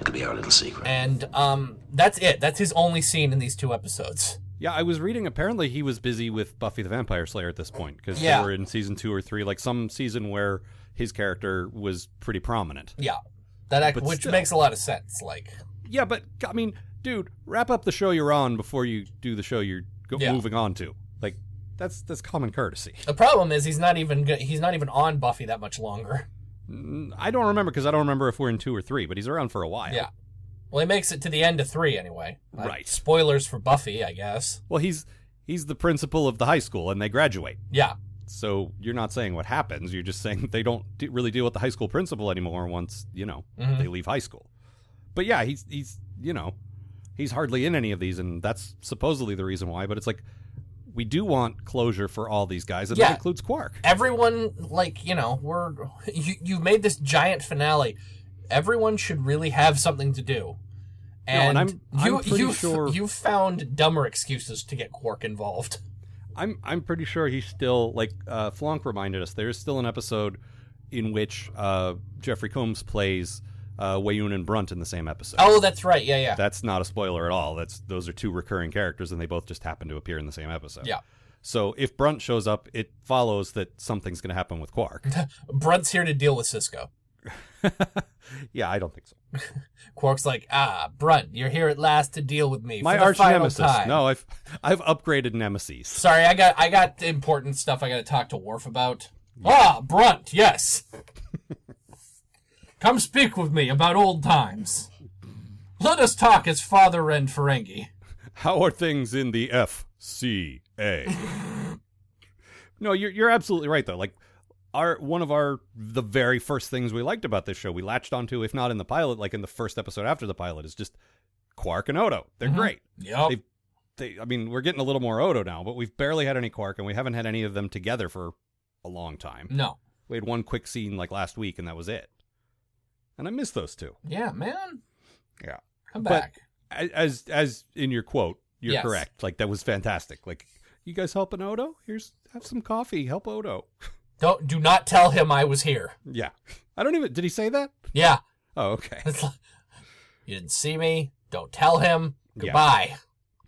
Speaker 8: It'll be our little secret.
Speaker 6: And um, that's it. That's his only scene in these two episodes.
Speaker 4: Yeah, I was reading. Apparently, he was busy with Buffy the Vampire Slayer at this point because
Speaker 6: Yeah.
Speaker 4: they were in season two or three, like some season where his character was pretty prominent.
Speaker 6: Yeah, that act,
Speaker 4: But
Speaker 6: which
Speaker 4: still.
Speaker 6: makes a lot of sense. Like,
Speaker 4: Yeah, but I mean, dude, wrap up the show you're on before you do the show you're go-
Speaker 6: Yeah.
Speaker 4: moving on to. Like, that's that's common courtesy.
Speaker 6: the problem is he's not even go- he's not even on Buffy that much longer.
Speaker 4: I don't remember because I don't remember if we're in two or three, but he's around for a while.
Speaker 6: Yeah. Well, he makes it to the end of three anyway. Like,
Speaker 4: Right.
Speaker 6: Spoilers for Buffy, I guess.
Speaker 4: Well, he's he's the principal of the high school, and they graduate.
Speaker 6: Yeah.
Speaker 4: So you're not saying what happens. You're just saying they don't de- really deal with the high school principal anymore once you know
Speaker 6: Mhm.
Speaker 4: they leave high school. But yeah, he's he's you know he's hardly in any of these, and that's supposedly the reason why. But it's like we do want closure for all these guys, and
Speaker 6: Yeah.
Speaker 4: that includes Quark.
Speaker 6: everyone like you know we're you, you've made this giant finale everyone should really have something to do and,
Speaker 4: and I'm- I'm
Speaker 6: you
Speaker 4: pretty
Speaker 6: you
Speaker 4: sure-
Speaker 6: you found dumber excuses to get quark involved
Speaker 4: I'm I'm pretty sure he's still like uh, Flonk reminded us. There's still an episode in which uh, Jeffrey Combs plays uh, Wayoon and Brunt in the same episode.
Speaker 6: oh that's right yeah yeah
Speaker 4: That's not a spoiler at all. That's those are two recurring characters, and they both just happen to appear in the same episode.
Speaker 6: yeah
Speaker 4: So if Brunt shows up, it follows that something's going to happen with Quark.
Speaker 6: brunt's here to deal with cisco
Speaker 4: yeah, I don't think so.
Speaker 6: quark's like ah brunt you're here at last to deal with me
Speaker 4: My
Speaker 6: for the
Speaker 4: arch
Speaker 6: final
Speaker 4: nemesis.
Speaker 6: time.
Speaker 4: No, I've I've upgraded nemesis.
Speaker 6: sorry i got i got important stuff i gotta talk to worf about ah brunt yes come speak with me about old times let us talk as father and ferengi
Speaker 4: How are things in the FCA? no, you're you're absolutely right though. Like our one of our the very first things we liked about this show, we latched onto, if not in the pilot, like in the first episode after the pilot, is just Quark and Odo. They're
Speaker 6: Mm-hmm.
Speaker 4: great.
Speaker 6: yep
Speaker 4: They've- They, I mean, we're getting a little more Odo now, but we've barely had any Quark, and we haven't had any of them together for a long time.
Speaker 6: no
Speaker 4: We had one quick scene like last week, and that was it. And I miss those two.
Speaker 6: yeah man
Speaker 4: Yeah.
Speaker 6: come
Speaker 4: But-
Speaker 6: back
Speaker 4: A- as as in your quote, you're
Speaker 6: Yes.
Speaker 4: correct. Like that was fantastic. Like you guys helping Odo? Here's have some coffee. Help Odo.
Speaker 6: don't do not tell him i was here
Speaker 4: Yeah. I don't even did he say that?
Speaker 6: yeah
Speaker 4: Oh, okay.
Speaker 6: It's like, you didn't see me don't tell him
Speaker 4: Yeah.
Speaker 6: goodbye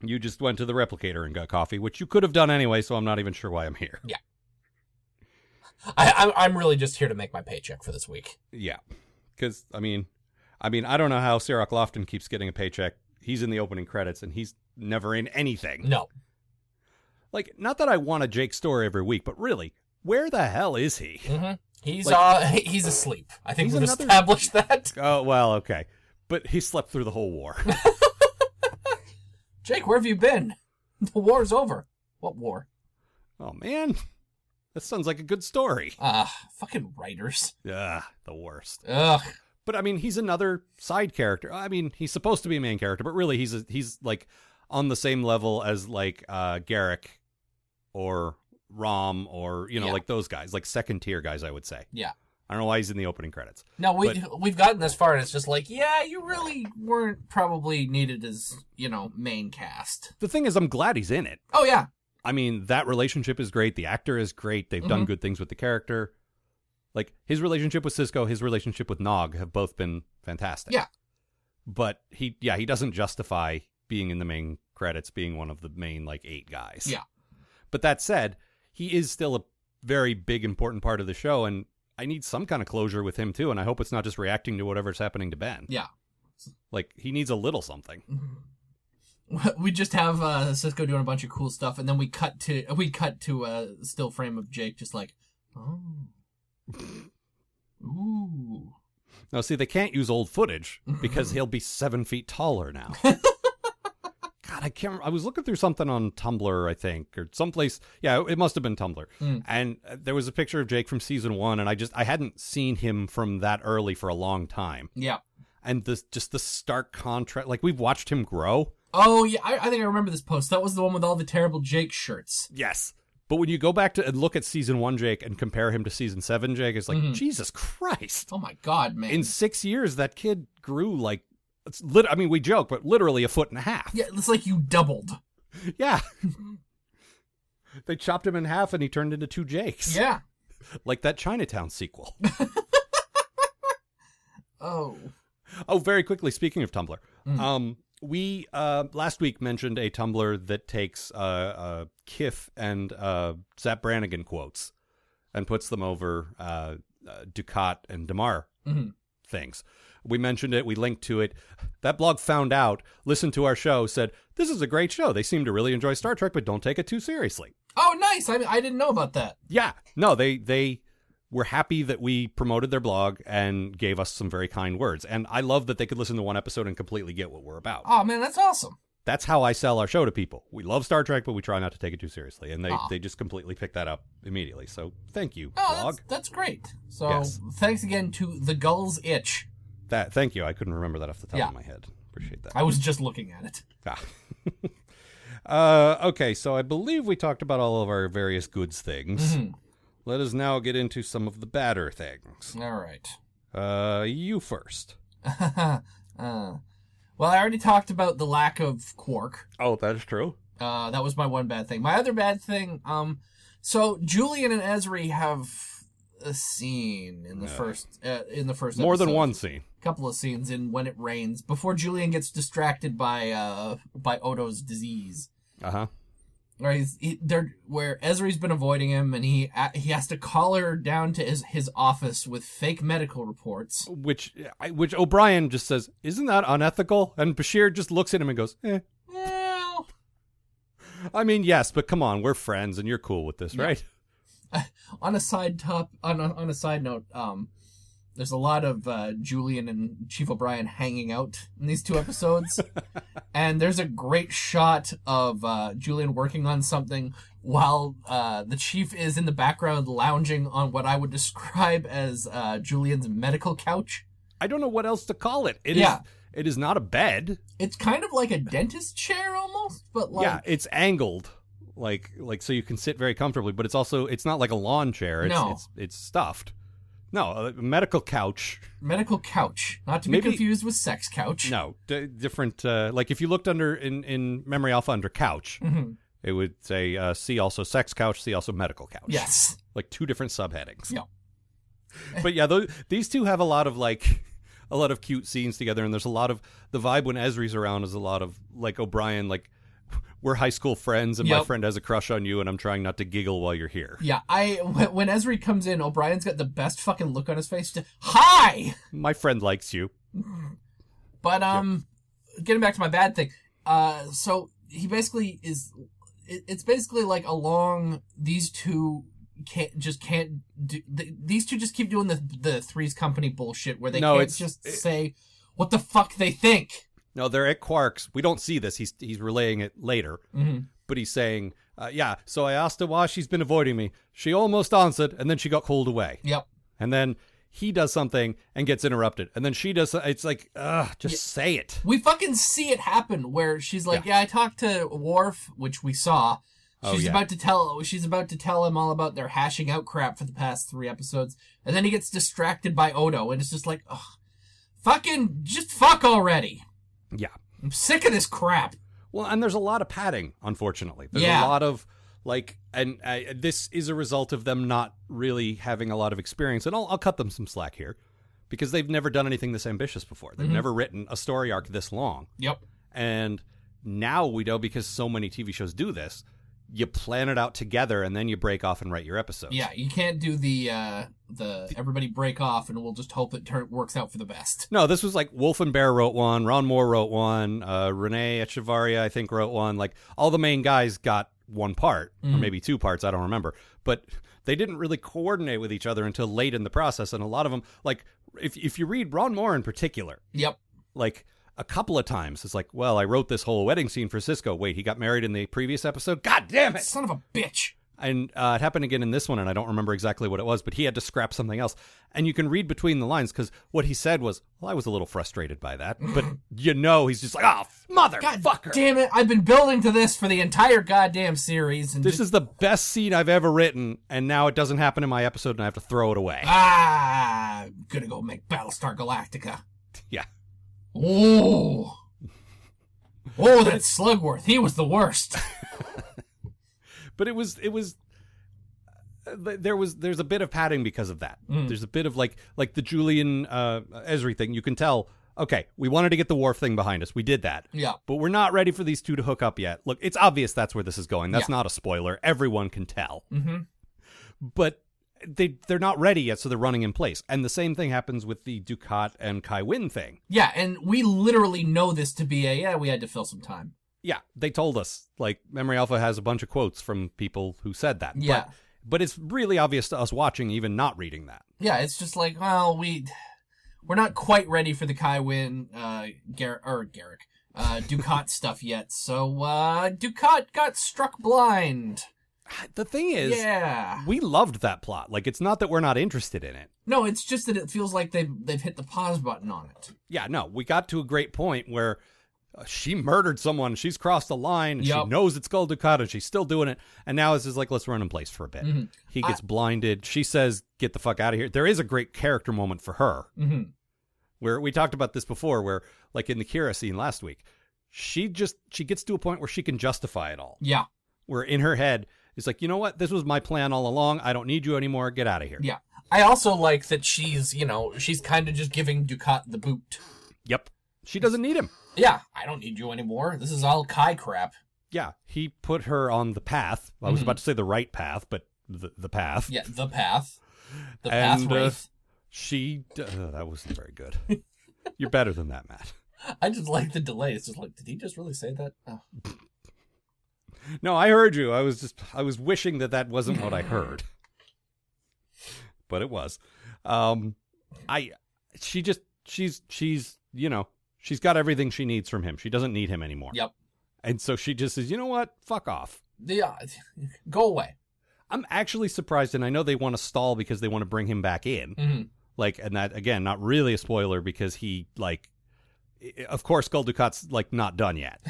Speaker 4: you just went to the replicator and got coffee, which you could have done anyway, so I'm not even sure why I'm here.
Speaker 6: I, I'm, I'm really just here to make my paycheck for this week
Speaker 4: Yeah. Cuz I mean, I mean, I don't know how Sarah Lofton keeps getting a paycheck. He's in the opening credits and he's never in anything.
Speaker 6: no
Speaker 4: Like not that I want a Jake story every week, but really, where the hell is he?
Speaker 6: he's
Speaker 4: Like-
Speaker 6: uh he's asleep i think
Speaker 4: He's
Speaker 6: we've
Speaker 4: another-
Speaker 6: established that
Speaker 4: Oh, well, okay. But he slept through the whole war.
Speaker 6: Jake, where have you been? The war's over. What war?
Speaker 4: Oh man, that sounds like a good story.
Speaker 6: Ah, fucking writers.
Speaker 4: Ugh, the worst.
Speaker 6: Ugh.
Speaker 4: But I mean, he's another side character. I mean, he's supposed to be a main character, but really, he's a, he's like on the same level as like uh Garrick or Rom or you know
Speaker 6: Yeah.
Speaker 4: like those guys, like second tier guys. I would say.
Speaker 6: Yeah.
Speaker 4: I don't know why he's in the opening credits.
Speaker 6: No, we we've gotten this far, and it's just like, yeah, you really weren't probably needed as you know main cast.
Speaker 4: The thing is, I'm glad he's in it.
Speaker 6: Oh yeah,
Speaker 4: I mean, that relationship is great. The actor is great. They've
Speaker 6: Mm-hmm.
Speaker 4: done good things with the character. Like his relationship with Cisco, his relationship with Nog have both been fantastic.
Speaker 6: Yeah.
Speaker 4: But he yeah, he doesn't justify being in the main credits, being one of the main like eight guys.
Speaker 6: Yeah.
Speaker 4: But that said, he is still a very big important part of the show and I need some kind of closure with him too and I hope it's not just reacting to whatever's happening to Ben.
Speaker 6: yeah.
Speaker 4: Like he needs a little something.
Speaker 6: We just have uh, Cisco doing a bunch of cool stuff, and then we cut to we cut to a still frame of Jake just like, Oh. Ooh.
Speaker 4: No, see, they can't use old footage because he'll be seven feet taller now. God, I can't. I was looking through something on Tumblr, I think, or someplace. Yeah, it must have been Tumblr. And uh, there was a picture of Jake from season one, and I just I hadn't seen him from that early for a long time.
Speaker 6: Yeah.
Speaker 4: And this just the stark contrast. Like we've watched him grow.
Speaker 6: Oh yeah, I, I think I remember this post. That was the one with all the terrible Jake shirts.
Speaker 4: Yes. But when you go back to and look at season one, Jake, and compare him to season seven, Jake, it's like Jesus Christ.
Speaker 6: Oh my god, man.
Speaker 4: in six years that kid grew like it's lit- i mean we joke but literally a foot and a half
Speaker 6: yeah, it's like you doubled.
Speaker 4: Yeah. they chopped him in half and he turned into two jakes
Speaker 6: Yeah.
Speaker 4: like that chinatown sequel
Speaker 6: Oh.
Speaker 4: oh very quickly speaking of tumblr um we uh last week mentioned a tumblr that takes uh uh kiff and uh zap brannigan quotes and puts them over uh, uh ducat and damar things. We mentioned it, we linked to it. That blog found out, listened to our show, said, This is a great show. They seem to really enjoy Star Trek, but don't take it too seriously.
Speaker 6: Oh, nice. I I didn't know about that.
Speaker 4: Yeah. No, they they were happy that we promoted their blog and gave us some very kind words. And I love that they could listen to one episode and completely get what we're about.
Speaker 6: Oh man, that's awesome.
Speaker 4: That's how I sell our show to people. We love Star Trek, but we try not to take it too seriously. And they, they just completely picked that up immediately. So thank you,
Speaker 6: Oh,
Speaker 4: blog.
Speaker 6: that's, that's great. So
Speaker 4: Yes.
Speaker 6: thanks again to the Gulls Itch.
Speaker 4: That thank you. I couldn't remember that off the top
Speaker 6: Yeah.
Speaker 4: of my head. Appreciate that.
Speaker 6: I was just looking at it.
Speaker 4: Ah. uh, okay, so I believe we talked about all of our various goods things.
Speaker 6: Mm-hmm.
Speaker 4: Let us now get into some of the badder things.
Speaker 6: All right.
Speaker 4: Uh, you first.
Speaker 6: uh, well, I already talked about the lack of quark.
Speaker 4: Oh, that is true.
Speaker 6: Uh, that was my one bad thing. My other bad thing, um, so Julian and Ezri have a scene in the first uh, in the first
Speaker 4: More than
Speaker 6: episode.
Speaker 4: one scene.
Speaker 6: couple of scenes in when it rains before Julian gets distracted by uh by Odo's disease.
Speaker 4: Uh huh.
Speaker 6: Right, he's, he, they're, where Ezri's been avoiding him, and he a- he has to call her down to his, his office with fake medical reports.
Speaker 4: Which, I, which O'Brien just says, "Isn't that unethical?" And Bashir just looks at him and goes, "Eh."
Speaker 6: Well,
Speaker 4: I mean, yes, but come on, we're friends, and you're cool with this, right?
Speaker 6: on a side top on a, on a side note um there's a lot of uh, Julian and Chief O'Brien hanging out in these two episodes, and there's a great shot of uh, Julian working on something while uh, the chief is in the background lounging on what I would describe as uh, Julian's medical couch.
Speaker 4: I don't know what else to call it. It is.
Speaker 6: Yeah.
Speaker 4: It is not a bed.
Speaker 6: It's kind of like a dentist chair almost, but like
Speaker 4: yeah, it's angled, like like so you can sit very comfortably. But it's also it's not like a lawn chair. It's
Speaker 6: No.
Speaker 4: it's, it's stuffed. No, a medical couch.
Speaker 6: medical couch, not to be
Speaker 4: Maybe-
Speaker 6: confused with sex couch.
Speaker 4: No, d- different. Uh, like if you looked under in in Memory Alpha under couch,
Speaker 6: Mm-hmm.
Speaker 4: it would say uh, see also sex couch, see also medical couch.
Speaker 6: Yes.
Speaker 4: like two different subheadings.
Speaker 6: Yeah.
Speaker 4: but yeah, those, these two have a lot of like a lot of cute scenes together, and there's a lot of the vibe when Esri's around is a lot of like O'Brien like. We're high school friends, and my
Speaker 6: Yep.
Speaker 4: friend has a crush on you, and I'm trying not to giggle while you're here.
Speaker 6: Yeah, I when when Esri comes in, O'Brien's got the best fucking look on his face. Just, Hi,
Speaker 4: My friend likes you.
Speaker 6: but um, getting back to my bad thing. Uh, so he basically is. It, it's basically like along these two can't just can't do. Th- these two just keep doing the the threes company bullshit where they
Speaker 4: No,
Speaker 6: can't
Speaker 4: it's-
Speaker 6: just
Speaker 4: it-
Speaker 6: say what the fuck they think.
Speaker 4: No, they're at Quark's. We don't see this. He's he's relaying it later,
Speaker 6: Mm-hmm.
Speaker 4: but he's saying, uh, "Yeah." So I asked her why she's been avoiding me. She almost answered, and then she got called away.
Speaker 6: Yep.
Speaker 4: And then he does something and gets interrupted, and then she does. It's like, ugh, just say it.
Speaker 6: We fucking see it happen where she's like, "Yeah, I talked to Worf, which we saw. She's
Speaker 4: Oh, yeah.
Speaker 6: about to tell she's about to tell him all about their hashing out crap for the past 3 episodes." And then he gets distracted by Odo and it's just like, Ugh, "Fucking just fuck already.
Speaker 4: Yeah.
Speaker 6: I'm sick of this crap."
Speaker 4: Well, and there's a lot of padding, unfortunately. There's
Speaker 6: Yeah.
Speaker 4: a lot of like, and uh, this is a result of them not really having a lot of experience. And I'll, I'll cut them some slack here because they've never done anything this ambitious before.
Speaker 6: Mm-hmm.
Speaker 4: They've never written a story arc this long.
Speaker 6: Yep.
Speaker 4: And now we know because so many TV shows do this, you plan it out together and then you break off and write your episodes.
Speaker 6: Yeah, you can't do the uh the everybody break off and we'll just hope it turn, works out for the best.
Speaker 4: No, this was like Wolf and Bear wrote one, Ron Moore wrote one, uh, Renee Echevarria, I think, wrote one. Like all the main guys got one part or maybe two parts. I don't remember, but they didn't really coordinate with each other until late in the process. And a lot of them, like if if you read Ron Moore in particular,
Speaker 6: Yep.
Speaker 4: like a couple of times, it's like, well, I wrote this whole wedding scene for Cisco. Wait, he got married in the previous episode. God damn it!
Speaker 6: Son of a bitch.
Speaker 4: and uh, it happened again in this one, and I don't remember exactly what it was, but he had to scrap something else. And you can read between the lines because what he said was, "Well, I was a little frustrated by that," but you know, he's just like, "Ah, oh,
Speaker 6: God
Speaker 4: motherfucker!"
Speaker 6: damn it. I've been building to this for the entire goddamn series. And
Speaker 4: This
Speaker 6: just,
Speaker 4: is the best scene I've ever written, and now it doesn't happen in my episode, and I have to throw it away.
Speaker 6: Ah, I'm gonna go make Battlestar Galactica.
Speaker 4: yeah,
Speaker 6: Oh. Oh, that Slugworth. He was the worst.
Speaker 4: but it was it was uh, th- there was there's a bit of padding because of that.
Speaker 6: Mm.
Speaker 4: There's a bit of like like the Julian uh, Esri thing. You can tell. Okay, we wanted to get the wharf thing behind us. We did that.
Speaker 6: Yeah.
Speaker 4: But we're not ready for these two to hook up yet. Look, it's obvious that's where this is going. That's not a spoiler. Everyone can tell. Mm-hmm. But they they're not ready yet, so they're running in place. And the same thing happens with the Ducat and Kai Win thing.
Speaker 6: Yeah, and we literally know this to be a yeah, we had to fill some time.
Speaker 4: Yeah, they told us. Like Memory Alpha has a bunch of quotes from people who said that.
Speaker 6: Yeah.
Speaker 4: But, but it's really obvious to us watching, even not reading that.
Speaker 6: Yeah, it's just like, well, we we're not quite ready for the Kai Win uh Gar- or Garrick uh Ducat stuff yet. So uh Ducat got struck blind.
Speaker 4: The thing is,
Speaker 6: Yeah.
Speaker 4: we loved that plot. Like it's not that we're not interested in it.
Speaker 6: No, it's just that it feels like they've they've hit the pause button on it.
Speaker 4: Yeah, no, we got to a great point where uh, she murdered someone. She's crossed the line.
Speaker 6: Yup.
Speaker 4: She knows it's Gold Ducato. She's still doing it. And now it's just like, let's run in place for a bit.
Speaker 6: Mm-hmm.
Speaker 4: He gets blinded. She says, get the fuck out of here. There is a great character moment for her.
Speaker 6: Mhm.
Speaker 4: Where we talked about this before, where like in the Kira scene last week, she just she gets to a point where she can justify it all.
Speaker 6: Yeah.
Speaker 4: Where in her head, it's like, you know what? This was my plan all along. I don't need you anymore. Get out of here.
Speaker 6: Yeah. I also like that she's, you know, she's kind of just giving Ducat the boot.
Speaker 4: Yep. She doesn't need him.
Speaker 6: Yeah, I don't need you anymore. This is all Kai crap.
Speaker 4: Yeah, he put her on the path. I was about to say the right path, but the, the path.
Speaker 6: Mm-hmm. Yeah, the path. The
Speaker 4: And,
Speaker 6: path
Speaker 4: uh,
Speaker 6: wraith.
Speaker 4: She. d- Uh, that wasn't very good. You're better than that, Matt.
Speaker 6: I just like the delay. It's just like, did he just really say that? Oh.
Speaker 4: No, I heard you. I was just. I was wishing that that wasn't what I heard, but it was. Um, I. She just. She's. She's. You know. She's got everything she needs from him. She doesn't need him anymore.
Speaker 6: Yep.
Speaker 4: And so she just says, you know what? Fuck off.
Speaker 6: Yeah, go away.
Speaker 4: I'm actually surprised, and I know they want to stall because they want to bring him back in.
Speaker 6: Mhm.
Speaker 4: Like, and that again, not really a spoiler because he like, i- of course, Gul Dukat's like not done yet.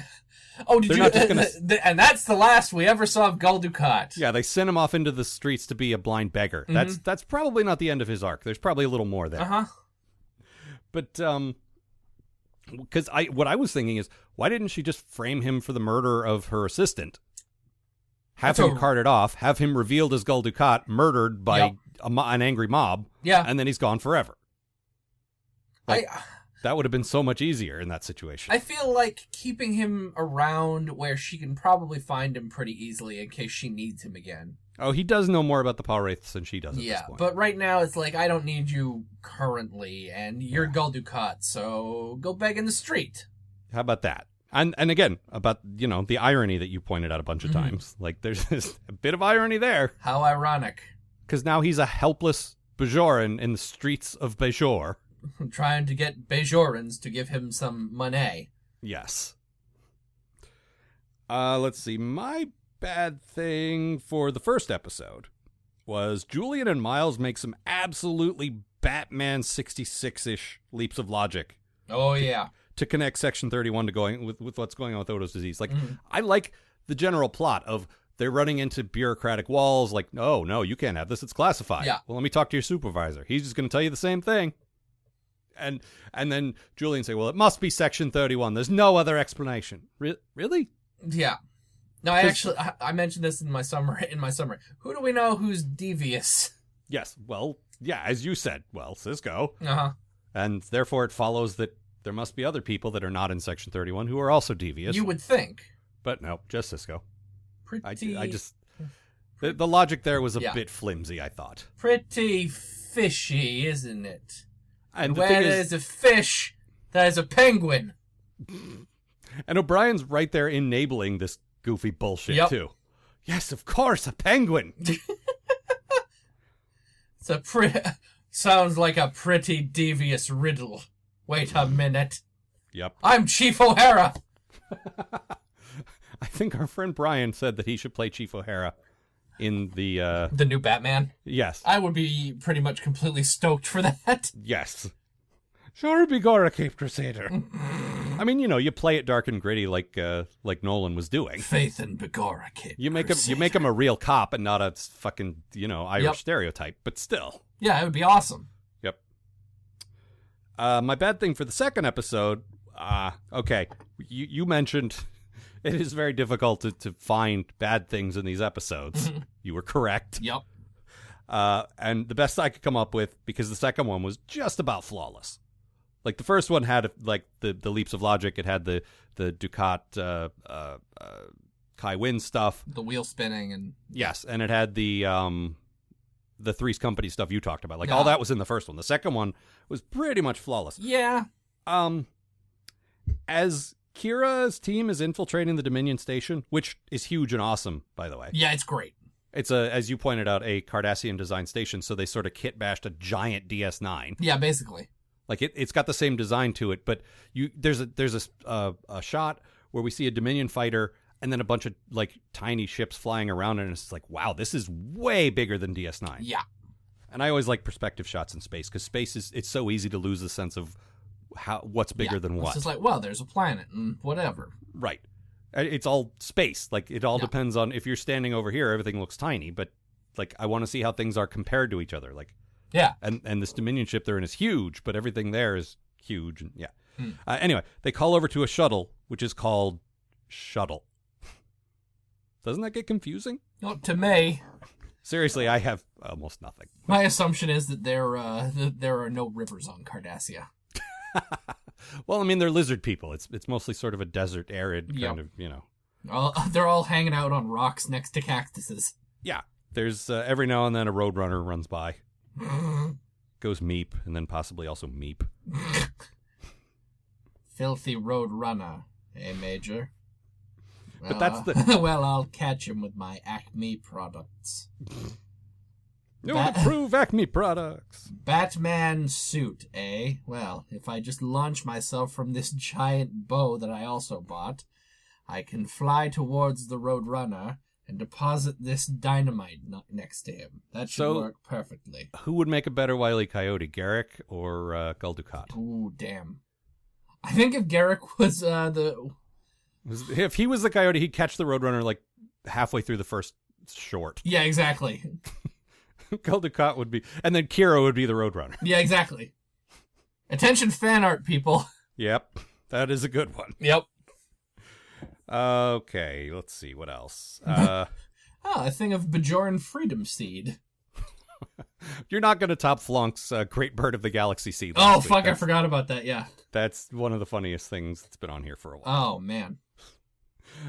Speaker 6: Oh, did
Speaker 4: They're
Speaker 6: you?
Speaker 4: not just gonna-
Speaker 6: th- and that's the last we ever saw of Gul Dukat.
Speaker 4: Yeah, they sent him off into the streets to be a blind beggar.
Speaker 6: Mm-hmm.
Speaker 4: That's that's probably not the end of his arc. There's probably a little more there.
Speaker 6: Uh huh.
Speaker 4: But um, because I what I was thinking is why didn't she just frame him for the murder of her assistant? Have
Speaker 6: That's
Speaker 4: him
Speaker 6: a-
Speaker 4: carted off. Have him revealed as Gul Dukat, murdered by
Speaker 6: Yep.
Speaker 4: a mo- an angry mob.
Speaker 6: Yeah.
Speaker 4: and then he's gone forever.
Speaker 6: I
Speaker 4: That would have been so much easier in that situation.
Speaker 6: I feel like keeping him around where she can probably find him pretty easily in case she needs him again.
Speaker 4: oh, he does know more about the Paul Wraiths than she does at this
Speaker 6: Yeah,
Speaker 4: point.
Speaker 6: but right now it's like I don't need you currently, and you're Gul Dukat, so go beg in the street.
Speaker 4: How about that? And and again, about you know, the irony that you pointed out a bunch of
Speaker 6: Mm-hmm.
Speaker 4: times. Like there's this a bit of irony there.
Speaker 6: How ironic!
Speaker 4: Because now he's a helpless Bajoran in the streets of Bajor.
Speaker 6: I'm trying to get Bejorans to give him some money.
Speaker 4: Yes. Uh, let's see. My bad thing for the first episode was Julian and Miles make some absolutely Batman 66 ish leaps of logic
Speaker 6: Oh yeah,
Speaker 4: to connect section 31 to going with, with what's going on with Odo's disease. Like
Speaker 6: Mm-hmm.
Speaker 4: I like the general plot of they're running into bureaucratic walls like no, no, you can't have this. It's classified.
Speaker 6: Yeah.
Speaker 4: Well, let me talk to your supervisor. He's just going to tell you the same thing. And and then Julian say, "Well, it must be section 31. There's no other explanation." Re- really?
Speaker 6: yeah. No, I
Speaker 4: 'Cause-
Speaker 6: actually I, I mentioned this in my summary. In my summary, who do we know who's devious?
Speaker 4: Yes. Well, yeah, as you said. Well, Cisco.
Speaker 6: Uh huh.
Speaker 4: And therefore it follows that there must be other people that are not in section 31 who are also devious.
Speaker 6: You would think.
Speaker 4: but no, just Cisco. I,
Speaker 6: Pretty,
Speaker 4: I just the, the logic there was a
Speaker 6: Hmm. Yeah.
Speaker 4: bit flimsy. I thought.
Speaker 6: pretty fishy, isn't it?
Speaker 4: And the
Speaker 6: Where
Speaker 4: thing
Speaker 6: there's
Speaker 4: is,
Speaker 6: a fish, there's a penguin.
Speaker 4: and O'Brien's right there enabling this goofy bullshit
Speaker 6: Yep.
Speaker 4: too. Yes, of course, a penguin.
Speaker 6: It's a pre- sounds like a pretty devious riddle. Wait a minute.
Speaker 4: yep.
Speaker 6: I'm Chief O'Hara.
Speaker 4: I think our friend Brian said that he should play Chief O'Hara in the uh
Speaker 6: The new Batman.
Speaker 4: yes.
Speaker 6: I would be pretty much completely stoked for that.
Speaker 4: Yes. Sure be Gora Cape Crusader. I mean, you know, you play it dark and gritty like uh like Nolan was doing.
Speaker 6: Faith and Begora, kid.
Speaker 4: You make him you make him a real cop and not a s- fucking, you know, Irish
Speaker 6: Yep.
Speaker 4: stereotype, but still.
Speaker 6: Yeah, it would be awesome.
Speaker 4: Yep. Uh, my bad thing for the second episode. Ah, okay. You you mentioned it is very difficult to, to find bad things in these episodes. you were correct.
Speaker 6: Yep.
Speaker 4: Uh, and the best I could come up with because the second one was just about flawless. Like the first one had like the the leaps of logic. It had the the Ducat uh, uh, uh, Kai Win stuff.
Speaker 6: The wheel spinning and
Speaker 4: Yes, and it had the um the Three's Company stuff you talked about. Like
Speaker 6: Yeah.
Speaker 4: all that was in the first one. The second one was pretty much flawless.
Speaker 6: yeah,
Speaker 4: Um as Kira's team is infiltrating the Dominion station, which is huge and awesome, by the way.
Speaker 6: yeah, it's great.
Speaker 4: It's a as you pointed out a Cardassian design station, so they sort of kit bashed a giant DS9.
Speaker 6: Yeah, basically.
Speaker 4: Like it, it's got the same design to it, but you there's a there's a s- uh, a shot where we see a Dominion fighter and then a bunch of like tiny ships flying around, and it's like, wow, this is way bigger than DS9.
Speaker 6: Yeah,
Speaker 4: And I always like perspective shots in space because space is it's so easy to lose the sense of how what's bigger
Speaker 6: yeah.
Speaker 4: than
Speaker 6: It's
Speaker 4: what.
Speaker 6: just like, well, there's a planet and whatever.
Speaker 4: right. Uh, It's all space. Like it all
Speaker 6: Yeah.
Speaker 4: depends on if you're standing over here, everything looks tiny, but like I want to see how things are compared to each other. Like
Speaker 6: Yeah,
Speaker 4: and and this Dominion ship they're in is huge, but everything there is huge. And yeah. Uh, anyway, they call over to a shuttle, which is called shuttle. Doesn't that get confusing?
Speaker 6: not to me.
Speaker 4: Seriously, I have almost nothing.
Speaker 6: My assumption is that there uh, that there are no rivers on Cardassia.
Speaker 4: Well, I mean, they're lizard people. It's it's mostly sort of a desert, arid kind
Speaker 6: Yeah.
Speaker 4: of you know.
Speaker 6: All, they're all hanging out on rocks next to cactuses.
Speaker 4: Yeah, there's uh, every now and then a roadrunner runs by, goes meep, and then possibly also meep.
Speaker 6: Filthy road runner, eh, Major?
Speaker 4: But that's
Speaker 6: Uh,
Speaker 4: the-
Speaker 6: well, I'll catch him with my Acme products.
Speaker 4: New and
Speaker 6: That-
Speaker 4: improved Acme products.
Speaker 6: Batman suit, eh? Well, if I just launch myself from this giant bow that I also bought, I can fly towards the road runner and deposit this dynamite no- next to him. That should
Speaker 4: So-
Speaker 6: work perfectly.
Speaker 4: Who would make a better Wily Coyote, Garrick or uh, Gul Dukat?
Speaker 6: Ooh, damn. I think if Garrick was uh, the
Speaker 4: Was- If he was the coyote, he'd catch the roadrunner like halfway through the first short.
Speaker 6: Yeah, exactly.
Speaker 4: Gul Dukat would be, and then Kira would be the roadrunner.
Speaker 6: Yeah, exactly. Attention fan art people.
Speaker 4: Yep, that is a good one.
Speaker 6: Yep.
Speaker 4: Okay, let's see what else. Uh,
Speaker 6: Ah, a thing of Bajoran freedom seed.
Speaker 4: You're not going to top Flonk's uh, Great Bird of the Galaxy seed.
Speaker 6: Oh
Speaker 4: last week.
Speaker 6: fuck, I
Speaker 4: That's-
Speaker 6: forgot about that. Yeah.
Speaker 4: That's one of the funniest things that's been on here for a while.
Speaker 6: Oh man.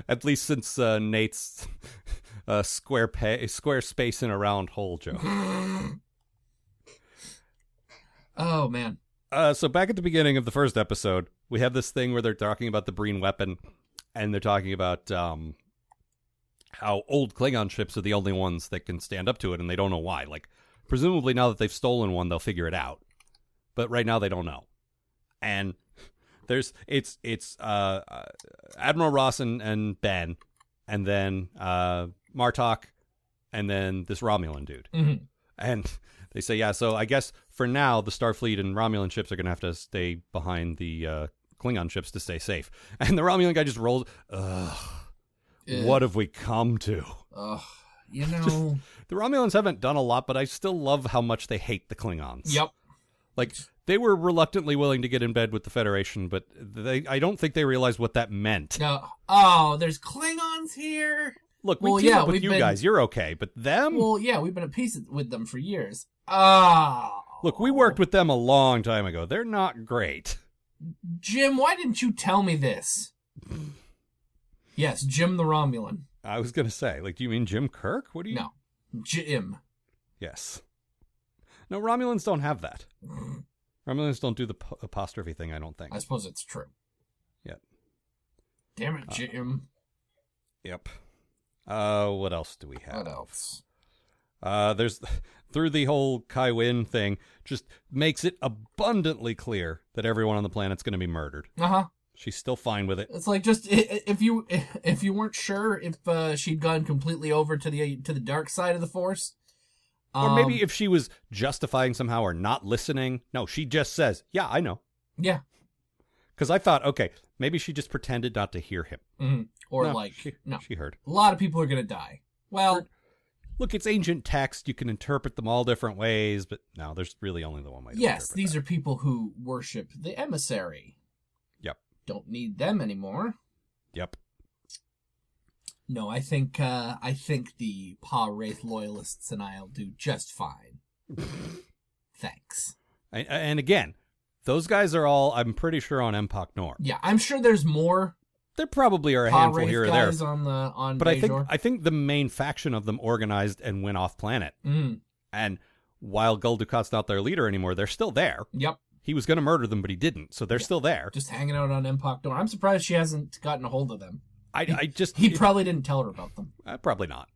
Speaker 4: At least since uh, Nate's uh, square pay, square space in a round hole joke.
Speaker 6: Oh man.
Speaker 4: uh, so back at the beginning of the first episode, we have this thing where they're talking about the Breen weapon, and they're talking about um, how old Klingon ships are the only ones that can stand up to it, and they don't know why. Like, presumably now that they've stolen one, they'll figure it out, but right now they don't know. And there's it's it's uh, uh, Admiral Ross and, and Ben, and then uh, Martok, and then this Romulan dude.
Speaker 6: Mhm.
Speaker 4: And they say, yeah, so I guess for now, the Starfleet and Romulan ships are going to have to stay behind the uh, Klingon ships to stay safe. And the Romulan guy just rolls, ugh,
Speaker 6: Eh.
Speaker 4: what have we come to?
Speaker 6: Ugh. You know.
Speaker 4: The Romulans haven't done a lot, but I still love how much they hate the Klingons.
Speaker 6: Yep.
Speaker 4: Like, they were reluctantly willing to get in bed with the Federation, but they I don't think they realized what that meant.
Speaker 6: No. Oh, there's Klingons here.
Speaker 4: Look, we
Speaker 6: Well,
Speaker 4: team
Speaker 6: yeah,
Speaker 4: up with
Speaker 6: we've
Speaker 4: you
Speaker 6: been-
Speaker 4: guys. You're okay, but them?
Speaker 6: Well, yeah, we've been at peace with them for years. Ah.
Speaker 4: Look, we worked with them a long time ago. They're not great.
Speaker 6: Jim. Why didn't you tell me this? Yes, Jim the Romulan.
Speaker 4: I was going to say, like, do you mean Jim Kirk? What do you
Speaker 6: No, Jim.
Speaker 4: Yes. No, Romulans don't have that. Romulans don't do the p- apostrophe thing, I don't think.
Speaker 6: I suppose it's true.
Speaker 4: Yep. Uh,
Speaker 6: Damn it, Jim.
Speaker 4: Yep. Uh, what else do we have?
Speaker 6: What else?
Speaker 4: Uh, there's through the whole Kai Wynn thing just makes it abundantly clear that everyone on the planet's going to be murdered.
Speaker 6: Uh huh.
Speaker 4: She's still fine with it.
Speaker 6: It's like just i- i- if you if you weren't sure if uh, she'd gone completely over to the to the dark side of the force,
Speaker 4: Or maybe
Speaker 6: um,
Speaker 4: if she was justifying somehow or not listening. No, she just says, "Yeah, I know."
Speaker 6: yeah,
Speaker 4: Cuz I thought, okay, maybe she just pretended not to hear him.
Speaker 6: hmm or
Speaker 4: No,
Speaker 6: like
Speaker 4: she,
Speaker 6: no,
Speaker 4: she heard.
Speaker 6: a lot of people are gonna die. Well,
Speaker 4: Look, it's ancient text. You can interpret them all different ways, but no, there's really only the one way to
Speaker 6: yes,
Speaker 4: interpret
Speaker 6: these are people who worship the emissary.
Speaker 4: Yep.
Speaker 6: Don't need them anymore.
Speaker 4: Yep.
Speaker 6: No, I think uh, I think the Pa Wraith loyalists and I'll do just fine. Thanks.
Speaker 4: And, and again, those guys are all I'm pretty sure on Empok Nor.
Speaker 6: Yeah, I'm sure there's more
Speaker 4: There probably are a
Speaker 6: Pa
Speaker 4: handful
Speaker 6: Wraith
Speaker 4: here or there.
Speaker 6: guys on the on.
Speaker 4: But I think
Speaker 6: Bajor.
Speaker 4: I think the main faction of them organized and went off planet.
Speaker 6: Mm,
Speaker 4: And while Gul Dukat's not their leader anymore, they're still there.
Speaker 6: yep.
Speaker 4: He was going to murder them, but he didn't, so they're still there.
Speaker 6: just hanging out on Empok Door. I'm surprised she hasn't gotten a hold of them.
Speaker 4: I, I just
Speaker 6: He probably didn't tell her about them.
Speaker 4: uh, probably not.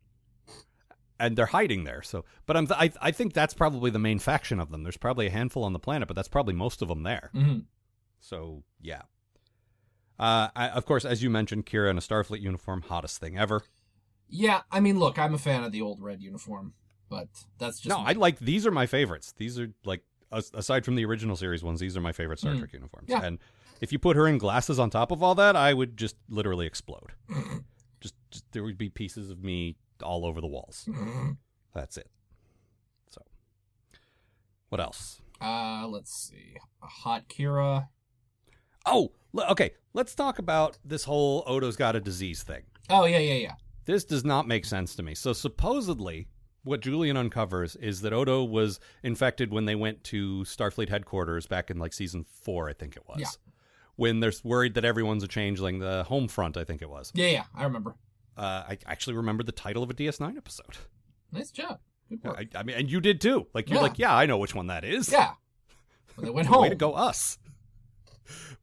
Speaker 4: And they're hiding there. So, but I'm I I think that's probably the main faction of them. There's probably a handful on the planet, but that's probably most of them there.
Speaker 6: hmm
Speaker 4: So yeah. Uh, I, of course, as you mentioned, Kira in a Starfleet uniform, hottest thing ever.
Speaker 6: Yeah, I mean, look, I'm a fan of the old red uniform, but that's just
Speaker 4: no, I like these are my favorites. These are like as- aside from the original series ones, these are my favorite Star
Speaker 6: Mm.
Speaker 4: Trek uniforms.
Speaker 6: Yeah.
Speaker 4: And if you put her in glasses on top of all that, I would just literally explode. just, just there would be pieces of me all over the walls. That's it. So, what else?
Speaker 6: Uh, let's see, a hot Kira.
Speaker 4: Oh, le- okay. Let's talk about this whole Odo's got a disease thing.
Speaker 6: Oh yeah, yeah, yeah.
Speaker 4: This does not make sense to me. So supposedly, what Julian uncovers is that Odo was infected when they went to Starfleet headquarters back in like season four, I think it was.
Speaker 6: Yeah.
Speaker 4: When they're worried that everyone's a changeling, the home front, I think it was.
Speaker 6: Yeah, yeah, I remember.
Speaker 4: Uh, I actually remember the title of a DS9 episode.
Speaker 6: Nice job. Good work.
Speaker 4: I, I mean, and you did too. Like you're
Speaker 6: Yeah.
Speaker 4: like, yeah, I know which one that is.
Speaker 6: yeah. When they went
Speaker 4: Way
Speaker 6: home.
Speaker 4: to go, us.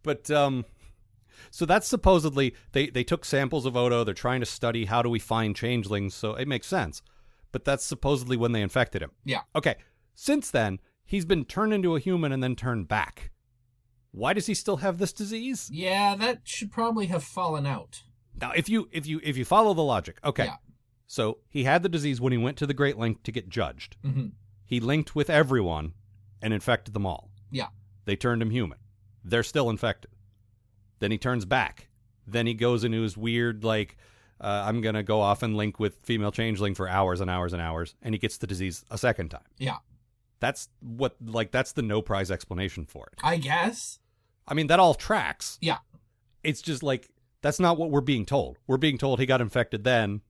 Speaker 4: But um, so that's supposedly they they took samples of Odo. They're trying to study how do we find changelings. So it makes sense. But that's supposedly when they infected him.
Speaker 6: Yeah.
Speaker 4: Okay. Since then, he's been turned into a human and then turned back. Why does he still have this disease?
Speaker 6: Yeah, that should probably have fallen out.
Speaker 4: Now, if you if you if you follow the logic, okay.
Speaker 6: Yeah.
Speaker 4: So he had the disease when he went to the Great Link to get judged.
Speaker 6: hmm
Speaker 4: He linked with everyone and infected them all.
Speaker 6: Yeah.
Speaker 4: They turned him human. They're still infected. Then he turns back. Then he goes into his weird, like, uh, I'm going to go off and link with female changeling for hours and hours and hours. And he gets the disease a second time.
Speaker 6: Yeah.
Speaker 4: That's what, like, that's the no prize explanation for it.
Speaker 6: I guess.
Speaker 4: I mean, that all tracks.
Speaker 6: Yeah.
Speaker 4: It's just like, that's not what we're being told. We're being told he got infected then.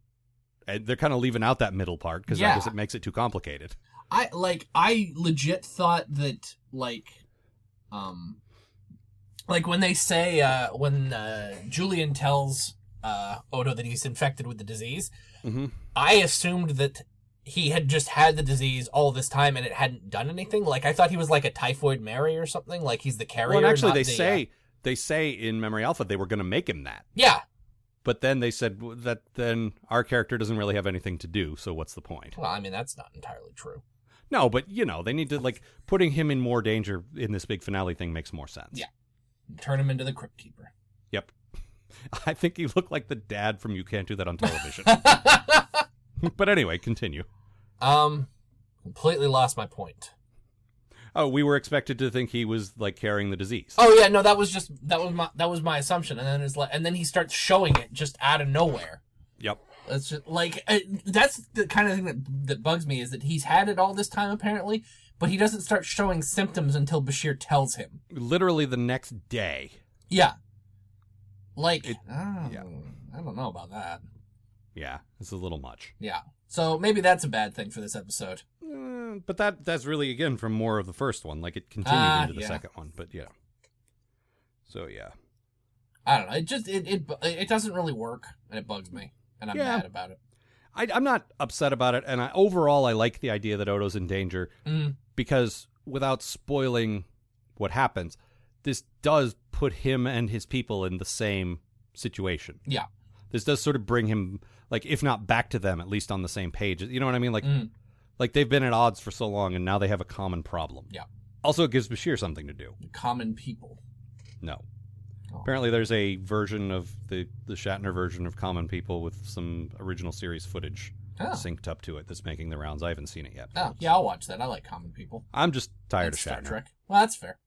Speaker 4: And they're kind of leaving out that middle part because I
Speaker 6: Yeah.
Speaker 4: guess it makes it too complicated.
Speaker 6: I like I legit thought that like um like when they say uh when uh Julian tells uh Odo that he's infected with the disease,
Speaker 4: Mm-hmm.
Speaker 6: I assumed that he had just had the disease all this time and it hadn't done anything. Like I thought he was like a typhoid Mary or something, like he's the carrier.
Speaker 4: Well, and actually,
Speaker 6: not
Speaker 4: they
Speaker 6: the, uh,
Speaker 4: say they say in Memory Alpha they were going to make him that,
Speaker 6: Yeah.
Speaker 4: but then they said w- that then our character doesn't really have anything to do. So what's the point?
Speaker 6: Well, I mean that's not entirely true.
Speaker 4: No, but you know they need to like putting him in more danger in this big finale thing makes more sense.
Speaker 6: Yeah. Turn him into the crypt keeper.
Speaker 4: Yep. I think he looked like the dad from You Can't Do That on Television. but anyway, continue.
Speaker 6: Um completely lost my point.
Speaker 4: Oh, we were expected to think he was like carrying the disease.
Speaker 6: Oh yeah, no, that was just that was my that was my assumption, and then it's like, and then he starts showing it just out of nowhere.
Speaker 4: Yep.
Speaker 6: That's just like uh, that's the kind of thing that that bugs me is that he's had it all this time apparently, but he doesn't start showing symptoms until Bashir tells him.
Speaker 4: Literally the next day.
Speaker 6: Yeah, like
Speaker 4: It-
Speaker 6: I, don't,
Speaker 4: yeah.
Speaker 6: I don't know about that.
Speaker 4: Yeah, it's a little much.
Speaker 6: Yeah, so maybe that's a bad thing for this episode.
Speaker 4: Uh, but that that's really again from more of the first one. Like it continued
Speaker 6: Ah,
Speaker 4: into the
Speaker 6: yeah.
Speaker 4: second one, but yeah. So yeah,
Speaker 6: I don't know. It just it it it doesn't really work, and it bugs me, and I'm
Speaker 4: Yeah.
Speaker 6: mad about it.
Speaker 4: I, I'm not upset about it, and I, overall I like the idea that Odo's in danger
Speaker 6: Mm.
Speaker 4: because without spoiling what happens, this does put him and his people in the same situation.
Speaker 6: Yeah.
Speaker 4: this does sort of bring him like if not back to them at least on the same page you know what i mean like
Speaker 6: Mm.
Speaker 4: like they've been at odds for so long and now they have a common problem
Speaker 6: Yeah.
Speaker 4: also it gives bashir something to do
Speaker 6: The common people.
Speaker 4: no
Speaker 6: Oh.
Speaker 4: apparently there's a version of the the shatner version of common people with some original series footage
Speaker 6: Oh.
Speaker 4: synced up to it that's making the rounds i haven't seen it yet
Speaker 6: Oh, yeah, I'll watch that. I like common people.
Speaker 4: i'm just tired
Speaker 6: That's
Speaker 4: of
Speaker 6: Star
Speaker 4: shatner
Speaker 6: Trek. Well, that's fair.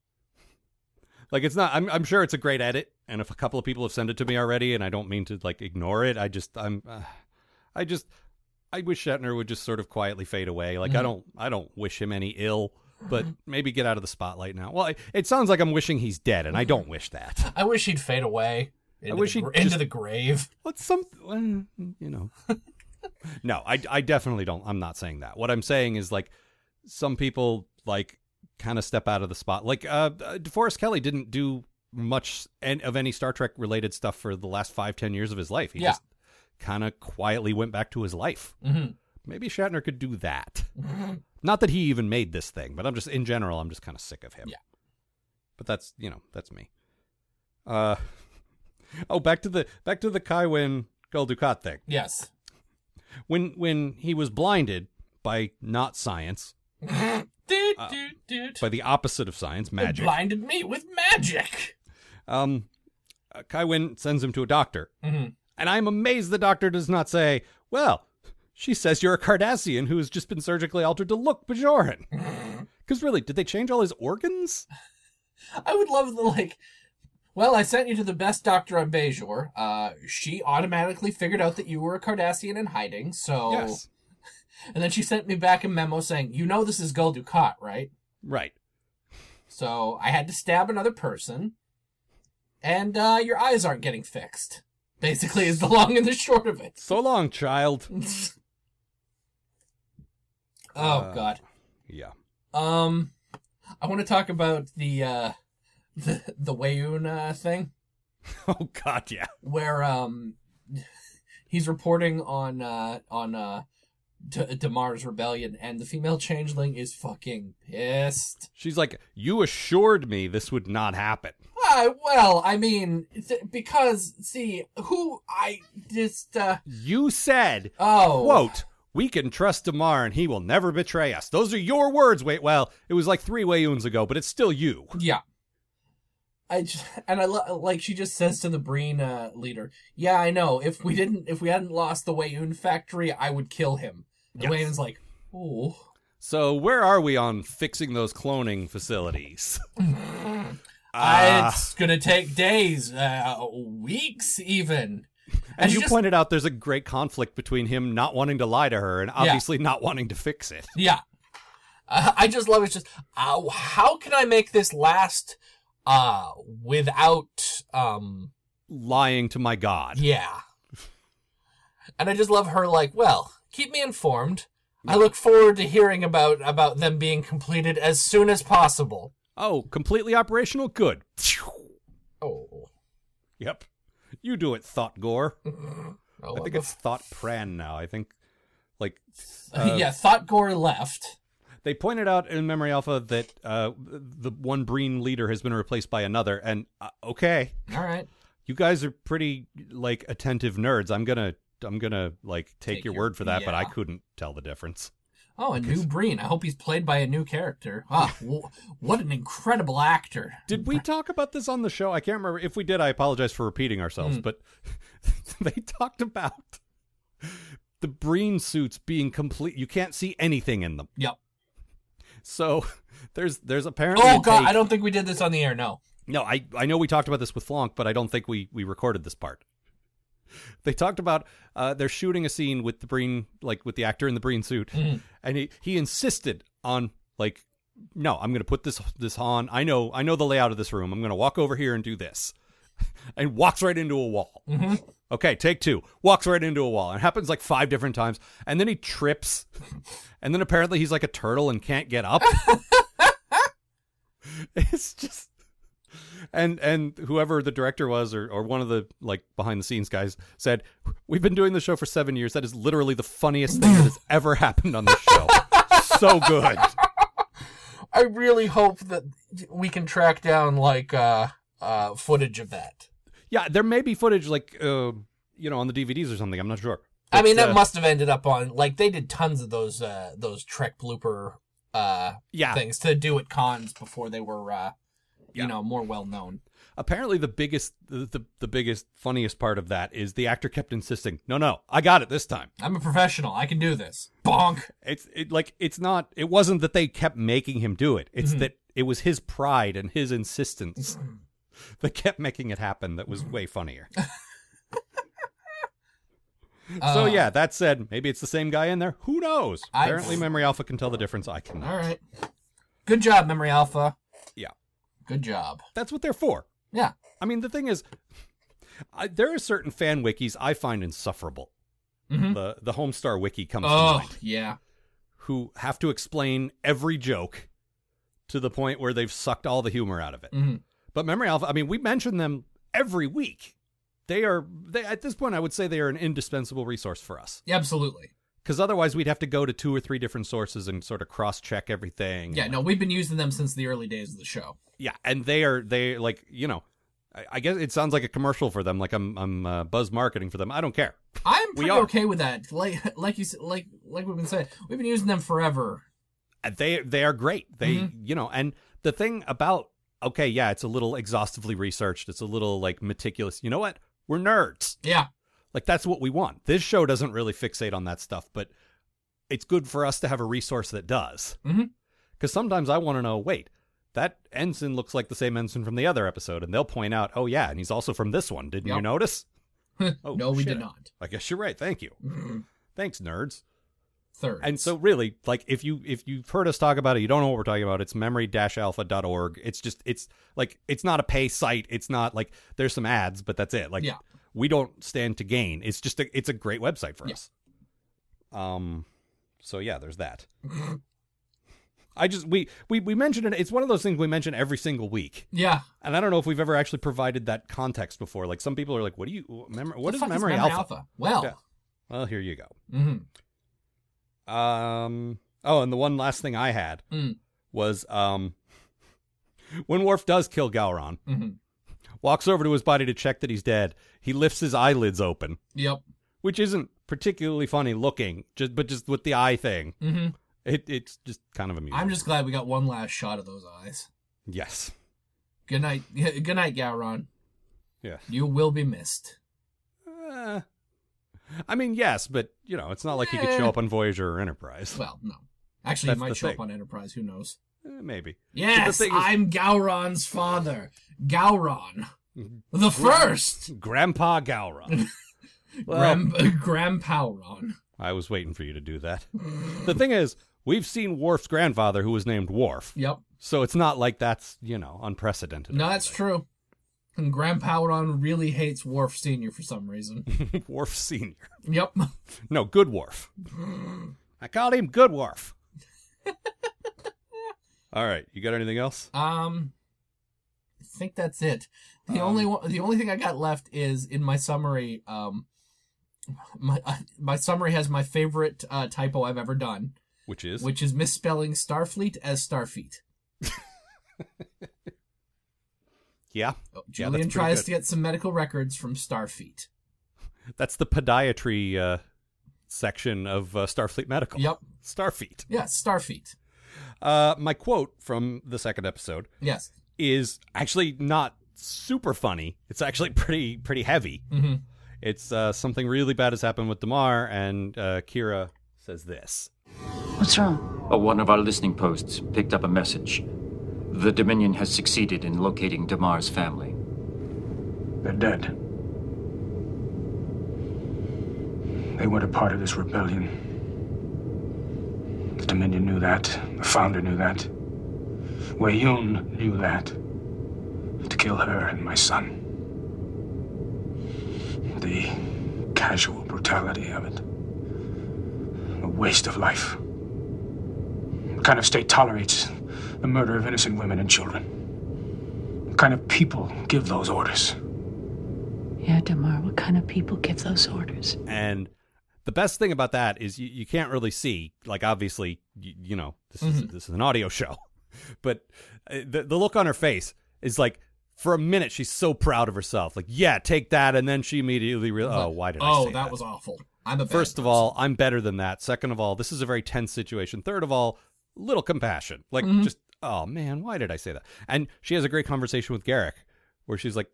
Speaker 4: like it's not I'm, I'm sure it's a great edit and if a couple of people have sent it to me already and i don't mean to like ignore it i just i'm uh, i just i wish shatner would just sort of quietly fade away
Speaker 6: Mm-hmm.
Speaker 4: like i don't i don't wish him any ill but maybe get out of the spotlight now well I, it sounds like i'm wishing he's dead
Speaker 6: Mm-hmm.
Speaker 4: and i don't wish that
Speaker 6: I wish he'd fade away. Into
Speaker 4: wish
Speaker 6: the,
Speaker 4: he'd
Speaker 6: gra- into
Speaker 4: just-
Speaker 6: the grave.
Speaker 4: what's some well, you know no I, I definitely don't i'm not saying that what i'm saying is like some people like kind of step out of the spot like uh uh, deforest kelly didn't do much an- of any star trek related stuff for the last five ten years of his life he
Speaker 6: Yeah. Mm-hmm.
Speaker 4: just kind of quietly went back to his life maybe shatner could do that not that he even made this thing but i'm just in general i'm just kind of sick of him
Speaker 6: Yeah.
Speaker 4: but that's you know that's me uh oh back to the back to the kaiwin gul dukat thing
Speaker 6: Yes.
Speaker 4: when when he was blinded by not science
Speaker 6: Dude, dude, dude.
Speaker 4: by the opposite of science Uh, magic
Speaker 6: Blinded me with magic.
Speaker 4: um uh, kaiwin sends him to a doctor and i'm amazed the doctor does not say well she says you're a cardassian who has just been surgically altered to look bajoran because really did they change all his organs
Speaker 6: I would love the like. Well, I sent you to the best doctor on Bejor. Uh, she automatically figured out that you were a Cardassian in hiding. So,
Speaker 4: yes
Speaker 6: and then she sent me back a memo saying, "You know this is Gul Dukat, right?"
Speaker 4: right
Speaker 6: So I had to stab another person, and uh, your eyes aren't getting fixed. Basically, is the long and the short of it.
Speaker 4: so long child
Speaker 6: Oh God.
Speaker 4: yeah
Speaker 6: Um, I want to talk about the uh, the the Wayun uh, thing.
Speaker 4: oh god yeah
Speaker 6: where um he's reporting on uh on uh D- Damar's rebellion and the female changeling is fucking pissed.
Speaker 4: she's like you assured me this would not happen
Speaker 6: Ah, well, I mean, th- because see, who I just uh
Speaker 4: you said
Speaker 6: oh
Speaker 4: quote we can trust Damar and he will never betray us. Those are your words. Wait, well, it was like three Wayuns ago, but it's still you.
Speaker 6: yeah. I just, and I lo- like she just says to the Breen uh, leader, "Yeah, I know. If we didn't, if we hadn't lost the Wayun factory, I would kill him." The Wayun's like, "Oh,
Speaker 4: So where are we on fixing those cloning facilities? Uh, Ah.
Speaker 6: I, it's gonna take days, uh, weeks, even.
Speaker 4: And
Speaker 6: she
Speaker 4: you
Speaker 6: just-
Speaker 4: pointed out there's a great conflict between him not wanting to lie to her and obviously not wanting to fix it.
Speaker 6: yeah. Uh, I just love it. It's Just uh, how can I make this last uh, without? Um,
Speaker 4: Lying to my God.
Speaker 6: yeah. And I just love her. Like, well, keep me informed. I look forward to hearing about about them being completed as soon as possible.
Speaker 4: Oh, completely operational? Good.
Speaker 6: Oh,
Speaker 4: Yep. You do it, Thought Gore.
Speaker 6: oh
Speaker 4: I think it's Thought Pran now. I think, like, uh,
Speaker 6: yeah. Thought Gore left.
Speaker 4: They pointed out in Memory Alpha that uh, the one Breen leader has been replaced by another, and uh, okay,
Speaker 6: All right.
Speaker 4: you guys are pretty like attentive nerds. I'm gonna, I'm gonna like take,
Speaker 6: Take
Speaker 4: your,
Speaker 6: your-
Speaker 4: word for that, but I
Speaker 6: yeah.
Speaker 4: couldn't tell the difference.
Speaker 6: Oh, a new Breen. I hope he's played by a new character. Ah, w- what an incredible actor.
Speaker 4: Did we talk about this on the show? I can't remember. If we did, I apologize for repeating
Speaker 6: Mm.
Speaker 4: ourselves, but they talked about the Breen suits being complete. You can't see anything in them.
Speaker 6: Yep.
Speaker 4: So there's there's apparently
Speaker 6: Oh
Speaker 4: a
Speaker 6: god,
Speaker 4: take-
Speaker 6: I don't think we did this on the air. No.
Speaker 4: No, I, I know we talked about this with Flonk, but I don't think we, we recorded this part. They talked about uh, they're shooting a scene with the Breen, like with the actor in the Breen suit, and he, he insisted on like, no, I'm going to put this this on. I know I know the layout of this room. I'm going to walk over here and do this, and walks right into a wall. Okay, take two. Walks right into a wall. It happens like five different times, and then he trips, and then apparently he's like a turtle and can't get up. it's just and and whoever the director was or, or one of the like behind the scenes guys said we've been doing the show for seven years that is literally the funniest thing that has ever happened on the show so good
Speaker 6: I really hope that we can track down like uh uh footage of that.
Speaker 4: yeah there may be footage like uh you know, on the DVDs or something. I'm not sure.
Speaker 6: I mean,
Speaker 4: But,
Speaker 6: that
Speaker 4: uh,
Speaker 6: must have ended up on like they did tons of those uh those Trek blooper uh
Speaker 4: Yeah.
Speaker 6: things to do at cons before they were uh
Speaker 4: Yeah.
Speaker 6: you know more well known.
Speaker 4: Apparently, the biggest, the, the the biggest, funniest part of that is the actor kept insisting, "No, no, I got it this time."
Speaker 6: I'm a professional. I can do this. Bonk.
Speaker 4: It's it, like it's not. It wasn't that they kept making him do it.
Speaker 6: Mm-hmm.
Speaker 4: It's that it was his pride and his insistence that kept making it happen. That was way funnier. so
Speaker 6: Uh,
Speaker 4: yeah, that said, maybe it's the same guy in there. Who knows?
Speaker 6: I-
Speaker 4: Apparently, Memory Alpha can tell the difference. I cannot.
Speaker 6: All right. Good job, Memory Alpha.
Speaker 4: Yeah.
Speaker 6: Good job.
Speaker 4: That's what they're for.
Speaker 6: Yeah.
Speaker 4: I mean, the thing is, I, there are certain fan wikis I find insufferable. The the Homestar wiki comes to
Speaker 6: Mm-hmm. Oh
Speaker 4: mind,
Speaker 6: yeah.
Speaker 4: who have to explain every joke to the point where they've sucked all the humor out of it. But Memory Alpha, I mean, we mention them every week. They are they at this point, I would say they are an indispensable resource for us
Speaker 6: Yeah, Absolutely.
Speaker 4: because otherwise we'd have to go to two or three different sources and sort of cross check everything.
Speaker 6: Yeah. No, we've been using them since the early days of the show.
Speaker 4: Yeah, and they are they like you know, I, I guess it sounds like a commercial for them. Like I'm I'm uh, buzz marketing for them. I don't care.
Speaker 6: I'm pretty
Speaker 4: are.
Speaker 6: okay with that. Like like you s- like like we've been saying, we've been using them forever.
Speaker 4: And uh, They they are great. They
Speaker 6: Mm-hmm.
Speaker 4: you know, and the thing about okay, yeah, it's a little exhaustively researched. It's a little like meticulous. You know what? We're nerds.
Speaker 6: Yeah.
Speaker 4: Like that's what we want. This show doesn't really fixate on that stuff, but it's good for us to have a resource that does. Because
Speaker 6: Mhm.
Speaker 4: sometimes I want to know, wait, that ensign looks like the same ensign from the other episode, and they'll point out, oh yeah, and he's also from this one. Didn't you
Speaker 6: Yep.
Speaker 4: notice? Oh,
Speaker 6: no, we
Speaker 4: shit.
Speaker 6: did not. Mm-hmm.
Speaker 4: I guess you're right. Thank you. Thanks, nerds.
Speaker 6: Third.
Speaker 4: And so really, like if you if you've heard us talk about it, you don't know what we're talking about. It's memory-alpha.org. It's just it's like it's not a pay site. It's not like there's some ads, but that's it. Like
Speaker 6: Yeah.
Speaker 4: we don't stand to gain. It's just a, it's a great website for
Speaker 6: Yeah.
Speaker 4: us. Um so yeah, there's that. I just we we we mentioned it. It's one of those things we mention every single week.
Speaker 6: yeah.
Speaker 4: And I don't know if we've ever actually provided that context before. Like some people are like, "What do you what memory? What
Speaker 6: The
Speaker 4: is
Speaker 6: fuck
Speaker 4: memory, alpha?"
Speaker 6: Well,
Speaker 4: Well, here you go.
Speaker 6: hmm
Speaker 4: Um. Oh, and the one last thing I had
Speaker 6: Mm.
Speaker 4: was um. When Worf does kill Gowron,
Speaker 6: Mhm.
Speaker 4: walks over to his body to check that he's dead. He lifts his eyelids open,
Speaker 6: yep.
Speaker 4: which isn't particularly funny looking, just but just with the eye thing,
Speaker 6: hmm
Speaker 4: it it's just kind of amusing.
Speaker 6: I'm just glad we got one last shot of those eyes.
Speaker 4: yes,
Speaker 6: Good night, good night, Gowron.
Speaker 4: yes.
Speaker 6: You will be missed.
Speaker 4: Uh, I mean, yes, but you know, it's not like he could show
Speaker 6: Eh.
Speaker 4: up on Voyager or Enterprise.
Speaker 6: Well, no. Actually,
Speaker 4: That's
Speaker 6: you
Speaker 4: the
Speaker 6: might show
Speaker 4: thing.
Speaker 6: up on Enterprise. Who knows?
Speaker 4: Eh, maybe.
Speaker 6: Yes,
Speaker 4: thing is-
Speaker 6: I'm Gowron's father, Gowron,
Speaker 4: Mm-hmm.
Speaker 6: the first
Speaker 4: Grandpa Gowron. Well-
Speaker 6: Gram Grampowron.
Speaker 4: I was waiting for you to do that. the thing is, we've seen Worf's grandfather, who was named Worf,
Speaker 6: Yep,
Speaker 4: so it's not like that's you know unprecedented.
Speaker 6: no, that's true. And Grampowron really hates Worf Senior for some reason.
Speaker 4: Worf Senior.
Speaker 6: yep,
Speaker 4: No, Good Worf. I called him Good Worf. All right, you got anything else?
Speaker 6: Um, I think that's it. The
Speaker 4: Um,
Speaker 6: only one, the only thing I got left is in my summary. Um, my uh, my summary has my favorite uh, typo I've ever done,
Speaker 4: Which is
Speaker 6: which is misspelling Starfleet as Starfeet.
Speaker 4: yeah,
Speaker 6: Oh,
Speaker 4: Yeah, that's
Speaker 6: Julian
Speaker 4: pretty
Speaker 6: tries
Speaker 4: good.
Speaker 6: to get some medical records from Starfeet.
Speaker 4: that's the podiatry uh, section of uh, Starfleet Medical.
Speaker 6: Yep.
Speaker 4: Starfleet.
Speaker 6: Yes, Starfeet.
Speaker 4: Uh, my quote from the second episode
Speaker 6: Yes.
Speaker 4: is actually not super funny. It's actually pretty pretty heavy.
Speaker 6: Mhm.
Speaker 4: It's uh, something really bad has happened with Damar, and uh, Kira says this.
Speaker 9: What's wrong?
Speaker 10: Uh, One of our listening posts picked up a message. The Dominion has succeeded in locating Damar's family.
Speaker 8: They're dead. They weren't a part of this rebellion. The Dominion knew that. The Founder knew that. Weyun knew that. To kill her and my son. The casual brutality of it. A waste of life. The kind of state tolerates the murder of innocent women and children. What kind of people give those orders?
Speaker 9: Yeah, Damar, what kind of people give those orders?
Speaker 4: And the best thing about that is you, you can't really see. Like, obviously, you, you
Speaker 6: Mm-hmm.
Speaker 4: know, this is this is an audio show, but uh, the the look on her face is like for a minute she's so proud of herself. Like, yeah, take that, and then she immediately realized, oh, why did I
Speaker 6: oh,
Speaker 4: say
Speaker 6: that was awful. I'm a bad
Speaker 4: First of all, I'm better than that. Second of all, this is a very tense situation. Third of all, little compassion. Like,
Speaker 6: Mm-hmm.
Speaker 4: just, oh man, why did I say that? And she has a great conversation with Garrick where she's like,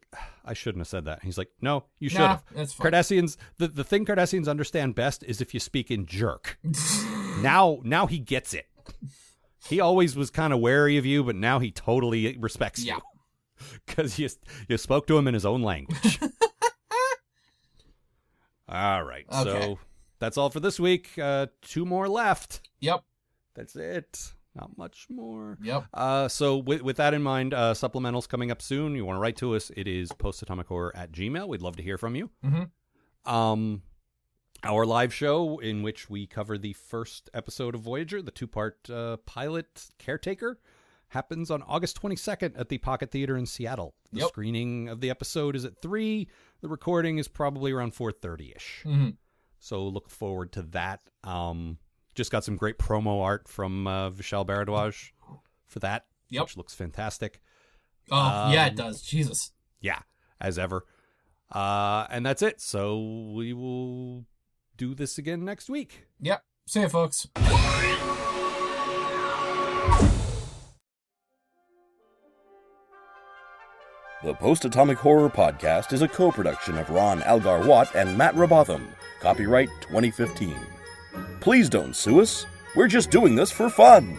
Speaker 4: I shouldn't have said that. And he's like, no, you should
Speaker 6: Nah,
Speaker 4: have.
Speaker 6: that's fine.
Speaker 4: Cardassians, the, the thing Cardassians understand best is if you speak in jerk. now, now he gets it. He always was kind of wary of you, but now he totally respects
Speaker 6: Yeah.
Speaker 4: you because you you spoke to him in his own language. all right,
Speaker 6: Okay.
Speaker 4: so that's all for this week. Uh, two more left.
Speaker 6: Yep.
Speaker 4: That's it. Not much more.
Speaker 6: Yep.
Speaker 4: Uh, so with, with that in mind, uh, supplementals coming up soon. You want to write to us? It is postatomichorror at gmail. We'd love to hear from you.
Speaker 6: Mhm.
Speaker 4: Um, our live show in which we cover the first episode of Voyager, the two-part uh, pilot caretaker, happens on August 22nd at the Pocket Theater in Seattle. The
Speaker 6: Yep.
Speaker 4: screening of the episode is at three. The recording is probably around 4:30 ish.
Speaker 6: Mhm.
Speaker 4: So look forward to that. Um, just got some great promo art from uh, Vishal Bharadwaj for that,
Speaker 6: Yep.
Speaker 4: which looks fantastic.
Speaker 6: Oh, yeah, it
Speaker 4: Um,
Speaker 6: does. Jesus.
Speaker 4: Yeah, as ever. Uh, and that's it. So we will do this again next week.
Speaker 6: Yep. See you, folks.
Speaker 11: The Post Atomic Horror Podcast is a co production of Ron Algar Watt and Matt Robotham. Copyright 2015. Please don't sue us. We're just doing this for fun.